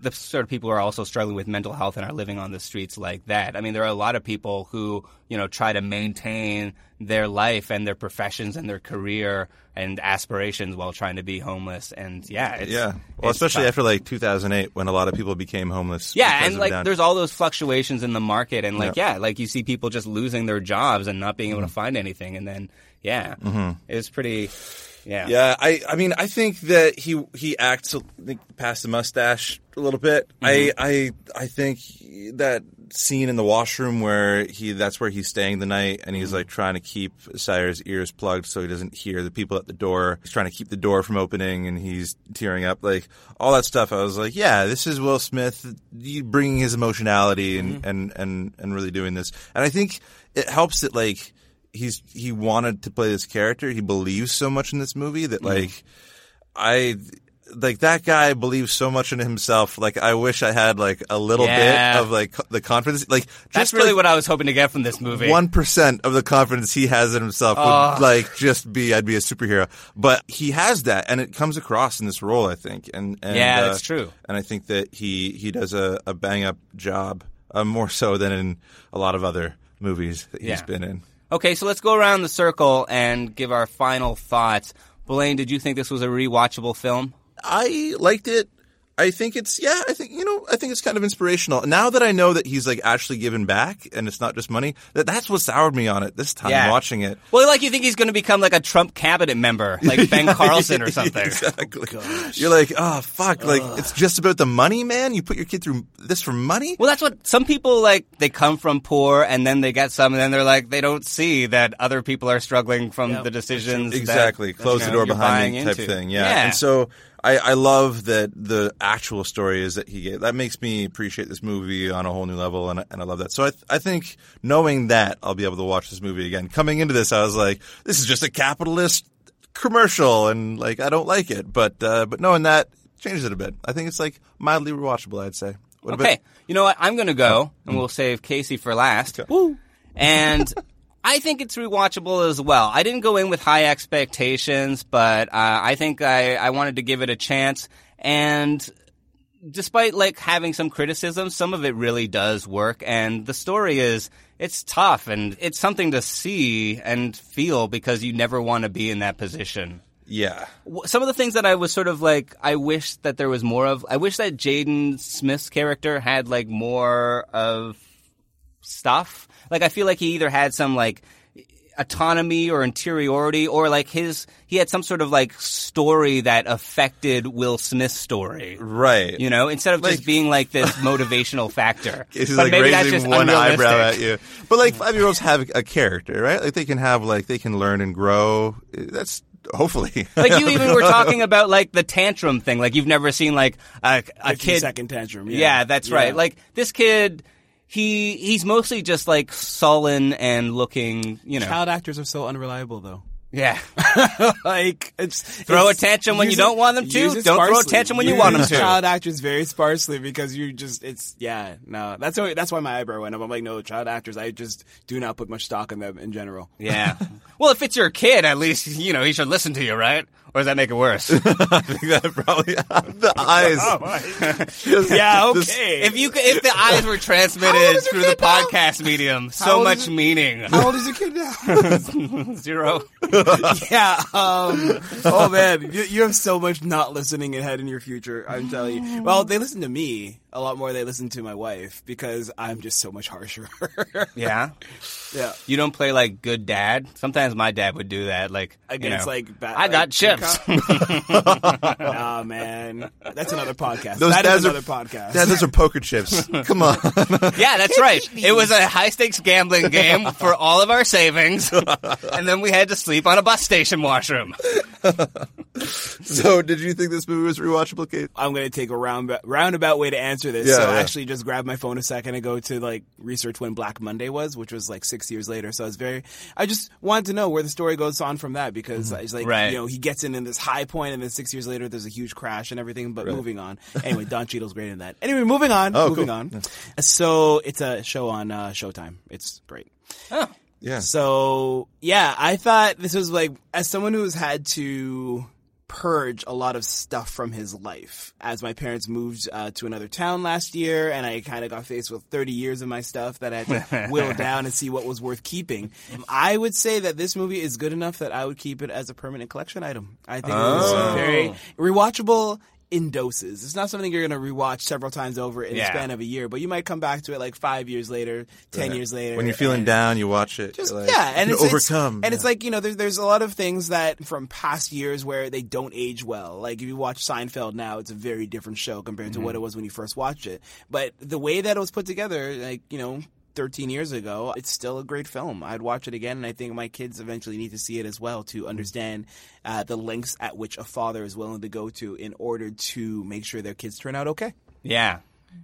[SPEAKER 7] the sort of people who are also struggling with mental health and are living on the streets like that. I mean, there are a lot of people who, you know, try to maintain their life and their professions and their career and aspirations while trying to be homeless. And yeah, it's,
[SPEAKER 8] yeah. Well,
[SPEAKER 7] it's
[SPEAKER 8] especially
[SPEAKER 7] tough.
[SPEAKER 8] after like 2008 when a lot of people became homeless.
[SPEAKER 7] Yeah,
[SPEAKER 8] because
[SPEAKER 7] and
[SPEAKER 8] of
[SPEAKER 7] like
[SPEAKER 8] down-
[SPEAKER 7] there's all those fluctuations in the market, and like
[SPEAKER 8] Yeah. Mm-hmm.
[SPEAKER 7] yeah, like you see people just losing their jobs and not being able to find anything, and then yeah,
[SPEAKER 8] Mhm.
[SPEAKER 7] it's pretty. Yeah,
[SPEAKER 8] Yeah, I, I mean, I think that he he acts I think, past the mustache a little bit.
[SPEAKER 7] Mhm.
[SPEAKER 8] I I I think that scene in the washroom where he that's where he's staying the night and he's like trying to keep Sire's ears plugged so he doesn't hear the people at the door. He's trying to keep the door from opening and he's tearing up like all that stuff. I was like, yeah, this is Will Smith bringing his emotionality and and and and really doing this. And I think it helps that like he's he wanted to play this character. He believes so much in this movie that like I like that guy believes so much in himself. Like I wish I had like a little
[SPEAKER 7] Yeah.
[SPEAKER 8] bit of like co- the confidence. Like
[SPEAKER 7] that's
[SPEAKER 8] just
[SPEAKER 7] really what I was hoping to get from this movie.
[SPEAKER 8] one percent of the confidence he has in himself would
[SPEAKER 7] Ugh.
[SPEAKER 8] like just be I'd be a superhero. But he has that, and it comes across in this role, I think. And, and uh,
[SPEAKER 7] Yeah, that's true.
[SPEAKER 8] And I think that he he does a, a bang up job uh, more so than in a lot of other movies that he's
[SPEAKER 7] Yeah.
[SPEAKER 8] been in.
[SPEAKER 7] Okay, so let's go around the circle and give our final thoughts. Blaine, did you think this was a rewatchable film?
[SPEAKER 8] I liked it. I think it's yeah. I think you know. I think it's kind of inspirational. Now that I know that he's like actually given back, and it's not just money. That that's what soured me on it this time
[SPEAKER 7] Yeah.
[SPEAKER 8] watching it.
[SPEAKER 7] Well, like you think he's going to become like a Trump cabinet member, like
[SPEAKER 8] <laughs>
[SPEAKER 7] Ben Carlson or something.
[SPEAKER 8] Exactly. You're like, oh fuck! Like it's just about the money, man. You put your kid through this for money.
[SPEAKER 7] Well, that's what some people like. They come from poor, and then they get some, and then they're like, they don't see that other people are struggling from the decisions. that,
[SPEAKER 8] Exactly. Close
[SPEAKER 7] you
[SPEAKER 8] the
[SPEAKER 7] know,
[SPEAKER 8] door
[SPEAKER 7] you're
[SPEAKER 8] behind me
[SPEAKER 7] buying
[SPEAKER 8] type
[SPEAKER 7] into.
[SPEAKER 8] thing. Yeah. And so I, I love that the actual story is that he gave. That makes me appreciate this movie on a whole new level, and, I- and I love that. So I, th- I think knowing that, I'll be able to watch this movie again. Coming into this, I was like, this is just a capitalist commercial, and like I don't like it. But uh, but knowing that changes it a bit. I think it's like mildly rewatchable. I'd say. What about-
[SPEAKER 7] okay, you know what? I'm going to go, and we'll save Casey for last. Woo! And I think it's rewatchable as well. I didn't go in with high expectations, but uh, I think I, I wanted to give it a chance. And despite like having some criticism, some of it really does work. And the story is it's tough, and it's something to see and feel because you never want to be in that position
[SPEAKER 8] Yeah.
[SPEAKER 7] w- some of the things that I was sort of like, I wish that there was more of. I wish that Jaden Smith's character had like more of stuff. Like I feel like he either had some like autonomy or interiority or like his he had some sort of like story that affected Will Smith's story.
[SPEAKER 8] Right.
[SPEAKER 7] You know, instead of just being like
[SPEAKER 8] <laughs>
[SPEAKER 7] this motivational factor.
[SPEAKER 8] He's
[SPEAKER 7] But
[SPEAKER 8] like
[SPEAKER 7] maybe that's
[SPEAKER 8] raising
[SPEAKER 7] just
[SPEAKER 8] one
[SPEAKER 7] unrealistic.
[SPEAKER 8] eyebrow at you. But like five year olds have a character, right? Like they can have like they can learn and grow. That's hopefully. <laughs>
[SPEAKER 7] like you even were talking about like the tantrum thing. Like you've never seen like a, a
[SPEAKER 9] 15
[SPEAKER 7] kid
[SPEAKER 9] second tantrum, yeah.
[SPEAKER 7] that's
[SPEAKER 9] Yeah.
[SPEAKER 7] right. Like this kid, he he's mostly just like sullen and looking. You know,
[SPEAKER 9] Child actors are so unreliable, though.
[SPEAKER 7] yeah.
[SPEAKER 9] <laughs> like it's
[SPEAKER 7] Throw a
[SPEAKER 9] it's-
[SPEAKER 7] tantrum when you
[SPEAKER 9] use
[SPEAKER 7] don't want them to.
[SPEAKER 9] use it
[SPEAKER 7] Don't throw a
[SPEAKER 9] sparsely.
[SPEAKER 7] tantrum when you want them
[SPEAKER 9] Use
[SPEAKER 7] to.
[SPEAKER 9] Child actors very sparsely because you just it's yeah no that's why that's why my eyebrow went up. I'm like no child actors. I just do not put much stock in them in general.
[SPEAKER 7] Yeah. well, if it's your kid, at least you know he should listen to you, right? Or does that make it
[SPEAKER 9] <laughs>
[SPEAKER 7] worse?
[SPEAKER 8] probably <laughs> the eyes. <laughs>
[SPEAKER 7] yeah.
[SPEAKER 8] This-
[SPEAKER 7] Okay. If you c- if the eyes were transmitted through the podcast medium,
[SPEAKER 9] How
[SPEAKER 7] so
[SPEAKER 9] old
[SPEAKER 7] much
[SPEAKER 9] is it- <laughs>
[SPEAKER 7] meaning. <laughs>
[SPEAKER 9] <laughs> How old is your kid now?
[SPEAKER 7] Zero.
[SPEAKER 9] <laughs> yeah. <laughs> Um, oh man, you, you have so much not listening ahead in your future. I'm telling you. Well, they listen to me a lot more. than They listen to my wife because I'm just so much harsher. <laughs>
[SPEAKER 7] Yeah.
[SPEAKER 9] Yeah.
[SPEAKER 7] You don't play like good dad. Sometimes my dad would do that. Like
[SPEAKER 9] Against,
[SPEAKER 7] you know,
[SPEAKER 9] like, ba-
[SPEAKER 7] I
[SPEAKER 9] like,
[SPEAKER 7] got chips. <laughs>
[SPEAKER 9] nah, man, that's another podcast. That is
[SPEAKER 8] dads
[SPEAKER 9] another
[SPEAKER 8] are,
[SPEAKER 9] podcast.
[SPEAKER 8] dads, those are poker
[SPEAKER 9] <laughs>
[SPEAKER 8] chips. Come on. <laughs>
[SPEAKER 7] yeah, that's right. It was a high stakes gambling game
[SPEAKER 8] <laughs>
[SPEAKER 7] for all of our savings, <laughs> and then we had to sleep on a bus station washroom.
[SPEAKER 8] so, did you think this movie was rewatchable, Kate?
[SPEAKER 9] I'm going to take a round, roundabout way to answer this.
[SPEAKER 8] Yeah,
[SPEAKER 9] so
[SPEAKER 8] yeah.
[SPEAKER 9] I actually just grabbed my phone a second ago to like research when Black Monday was, which was like six years later. So I was very, I just wanted to know where the story goes on from that because I was like,
[SPEAKER 7] Mm-hmm. Right.
[SPEAKER 9] you know, he gets in in this high point and then six years later there's a huge crash and everything, but moving on. Anyway, Don Cheadle's great in that. Anyway, moving on,
[SPEAKER 8] Oh,
[SPEAKER 9] moving
[SPEAKER 8] cool.
[SPEAKER 9] on. So it's a show on uh, Showtime. It's great.
[SPEAKER 8] Yeah.
[SPEAKER 9] So yeah, I thought this was like as someone who's had to purge a lot of stuff from his life. As my parents moved uh, to another town last year, and I kind of got faced with 30 years of my stuff that I
[SPEAKER 8] <laughs>
[SPEAKER 9] had to whittle down and see what was worth keeping. I would say that this movie is good enough that I would keep it as a permanent collection item. I think it's
[SPEAKER 12] Oh.
[SPEAKER 9] very rewatchable in doses. It's not something you're going to rewatch several times over in the
[SPEAKER 8] Yeah.
[SPEAKER 9] span of a year, but you might come back to it like five years later, ten
[SPEAKER 8] Right.
[SPEAKER 9] years later.
[SPEAKER 8] When you're feeling
[SPEAKER 9] and-
[SPEAKER 8] down, you watch it.
[SPEAKER 9] Just,
[SPEAKER 8] like,
[SPEAKER 9] yeah, and
[SPEAKER 8] you
[SPEAKER 9] it's, it's-
[SPEAKER 8] overcome.
[SPEAKER 9] and it's like you know, there's there's a lot of things that from past years where they don't age well. Like if you watch Seinfeld now, it's a very different show compared to
[SPEAKER 13] Mhm.
[SPEAKER 8] Mm-hmm.
[SPEAKER 9] what it was when you first watched it. But the way that it was put together, like you know. 13 years ago, it's still a great film. I'd watch it again, and I think my kids eventually need to see it as well
[SPEAKER 8] Mm-hmm.
[SPEAKER 9] to understand uh, the lengths at which a father is willing to go to in order to make sure their kids turn out okay.
[SPEAKER 7] Yeah.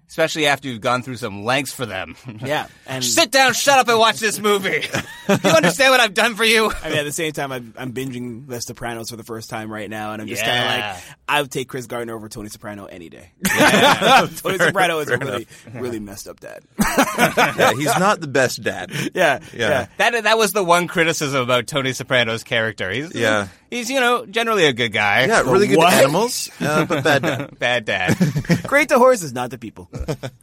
[SPEAKER 7] Especially after you've gone through some lengths for them. <laughs>
[SPEAKER 9] Yeah, and-
[SPEAKER 7] sit down, shut up, and watch this movie. you understand what I've done for
[SPEAKER 8] <laughs>
[SPEAKER 7] you?
[SPEAKER 9] I mean, at the same time, I'm, I'm binging The Sopranos for the first time right now, and I'm just kind
[SPEAKER 7] Yeah.
[SPEAKER 9] of like, I would take Chris Gardner over Tony Soprano any
[SPEAKER 8] <laughs>
[SPEAKER 9] day. <laughs> Tony
[SPEAKER 8] Fair-
[SPEAKER 9] Soprano is
[SPEAKER 8] fair
[SPEAKER 9] a really,
[SPEAKER 8] enough.
[SPEAKER 9] <laughs> really messed up
[SPEAKER 8] <laughs>
[SPEAKER 9] dad.
[SPEAKER 8] <laughs> yeah, he's not the best
[SPEAKER 9] <laughs>
[SPEAKER 8] dad.
[SPEAKER 9] Yeah,
[SPEAKER 8] yeah.
[SPEAKER 7] That that was the one criticism about Tony Soprano's character. He's
[SPEAKER 8] Yeah.
[SPEAKER 7] he's you know generally a good guy.
[SPEAKER 8] Yeah,
[SPEAKER 7] But <laughs>
[SPEAKER 8] really good to
[SPEAKER 7] what?
[SPEAKER 9] <laughs>
[SPEAKER 8] animals, uh, but bad
[SPEAKER 7] <laughs>
[SPEAKER 8] dad.
[SPEAKER 7] bad dad.
[SPEAKER 9] Great to horses, not
[SPEAKER 8] <laughs>
[SPEAKER 9] to people.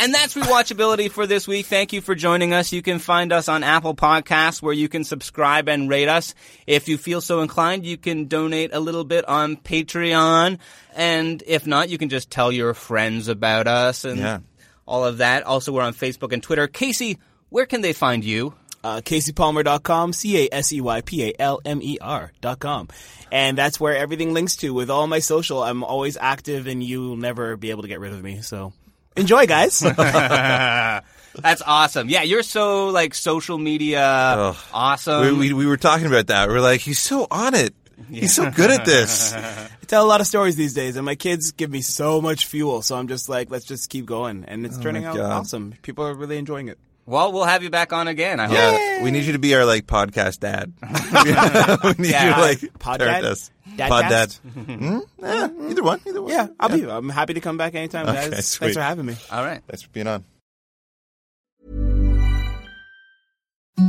[SPEAKER 7] And that's rewatchability for this week. Thank you for joining us. You can find us on Apple Podcasts where you can subscribe and rate us. If you feel so inclined, you can donate a little bit on Patreon. And if not, you can just tell your friends about us and
[SPEAKER 8] Yeah.
[SPEAKER 7] all of that. Also, we're on Facebook and Twitter. Casey, where can they find you?
[SPEAKER 9] Uh, CaseyPalmer.com, C A S E Y P A L M E R.com. And that's where everything links to. With all my social, I'm always active, and you'll never be able to get rid of me. So
[SPEAKER 8] <laughs>
[SPEAKER 9] enjoy, guys.
[SPEAKER 7] That's awesome. Yeah, you're so like social media
[SPEAKER 8] Ugh.
[SPEAKER 7] awesome.
[SPEAKER 8] we, we, we were talking about that. We are like, he's so on it. He's so good at
[SPEAKER 9] <laughs>
[SPEAKER 8] this.
[SPEAKER 9] I tell a lot of stories these days, and my kids give me so much fuel. So I'm just like, let's just keep going, and it's
[SPEAKER 8] Oh
[SPEAKER 9] turning
[SPEAKER 8] my
[SPEAKER 9] out
[SPEAKER 8] God.
[SPEAKER 9] awesome. People are really enjoying it.
[SPEAKER 7] well, we'll have you back on again. I hope.
[SPEAKER 8] Yeah, we need you to be our like podcast
[SPEAKER 9] <laughs>
[SPEAKER 8] dad. <laughs> we need
[SPEAKER 7] Yeah.
[SPEAKER 8] you to like
[SPEAKER 9] Pod
[SPEAKER 8] parent
[SPEAKER 9] dad?
[SPEAKER 8] us.
[SPEAKER 9] Dad
[SPEAKER 8] pod
[SPEAKER 9] cast?
[SPEAKER 8] dad.
[SPEAKER 9] <laughs>
[SPEAKER 8] Hmm? Yeah, either one, either one.
[SPEAKER 9] Yeah, I'll be. I'm happy to come back anytime,
[SPEAKER 8] Okay,
[SPEAKER 9] guys.
[SPEAKER 8] sweet.
[SPEAKER 9] Thanks for having me.
[SPEAKER 7] All right.
[SPEAKER 8] Thanks for being on.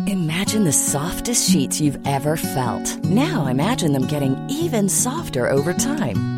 [SPEAKER 14] Imagine the softest sheets you've ever felt. Now imagine them getting even softer over time.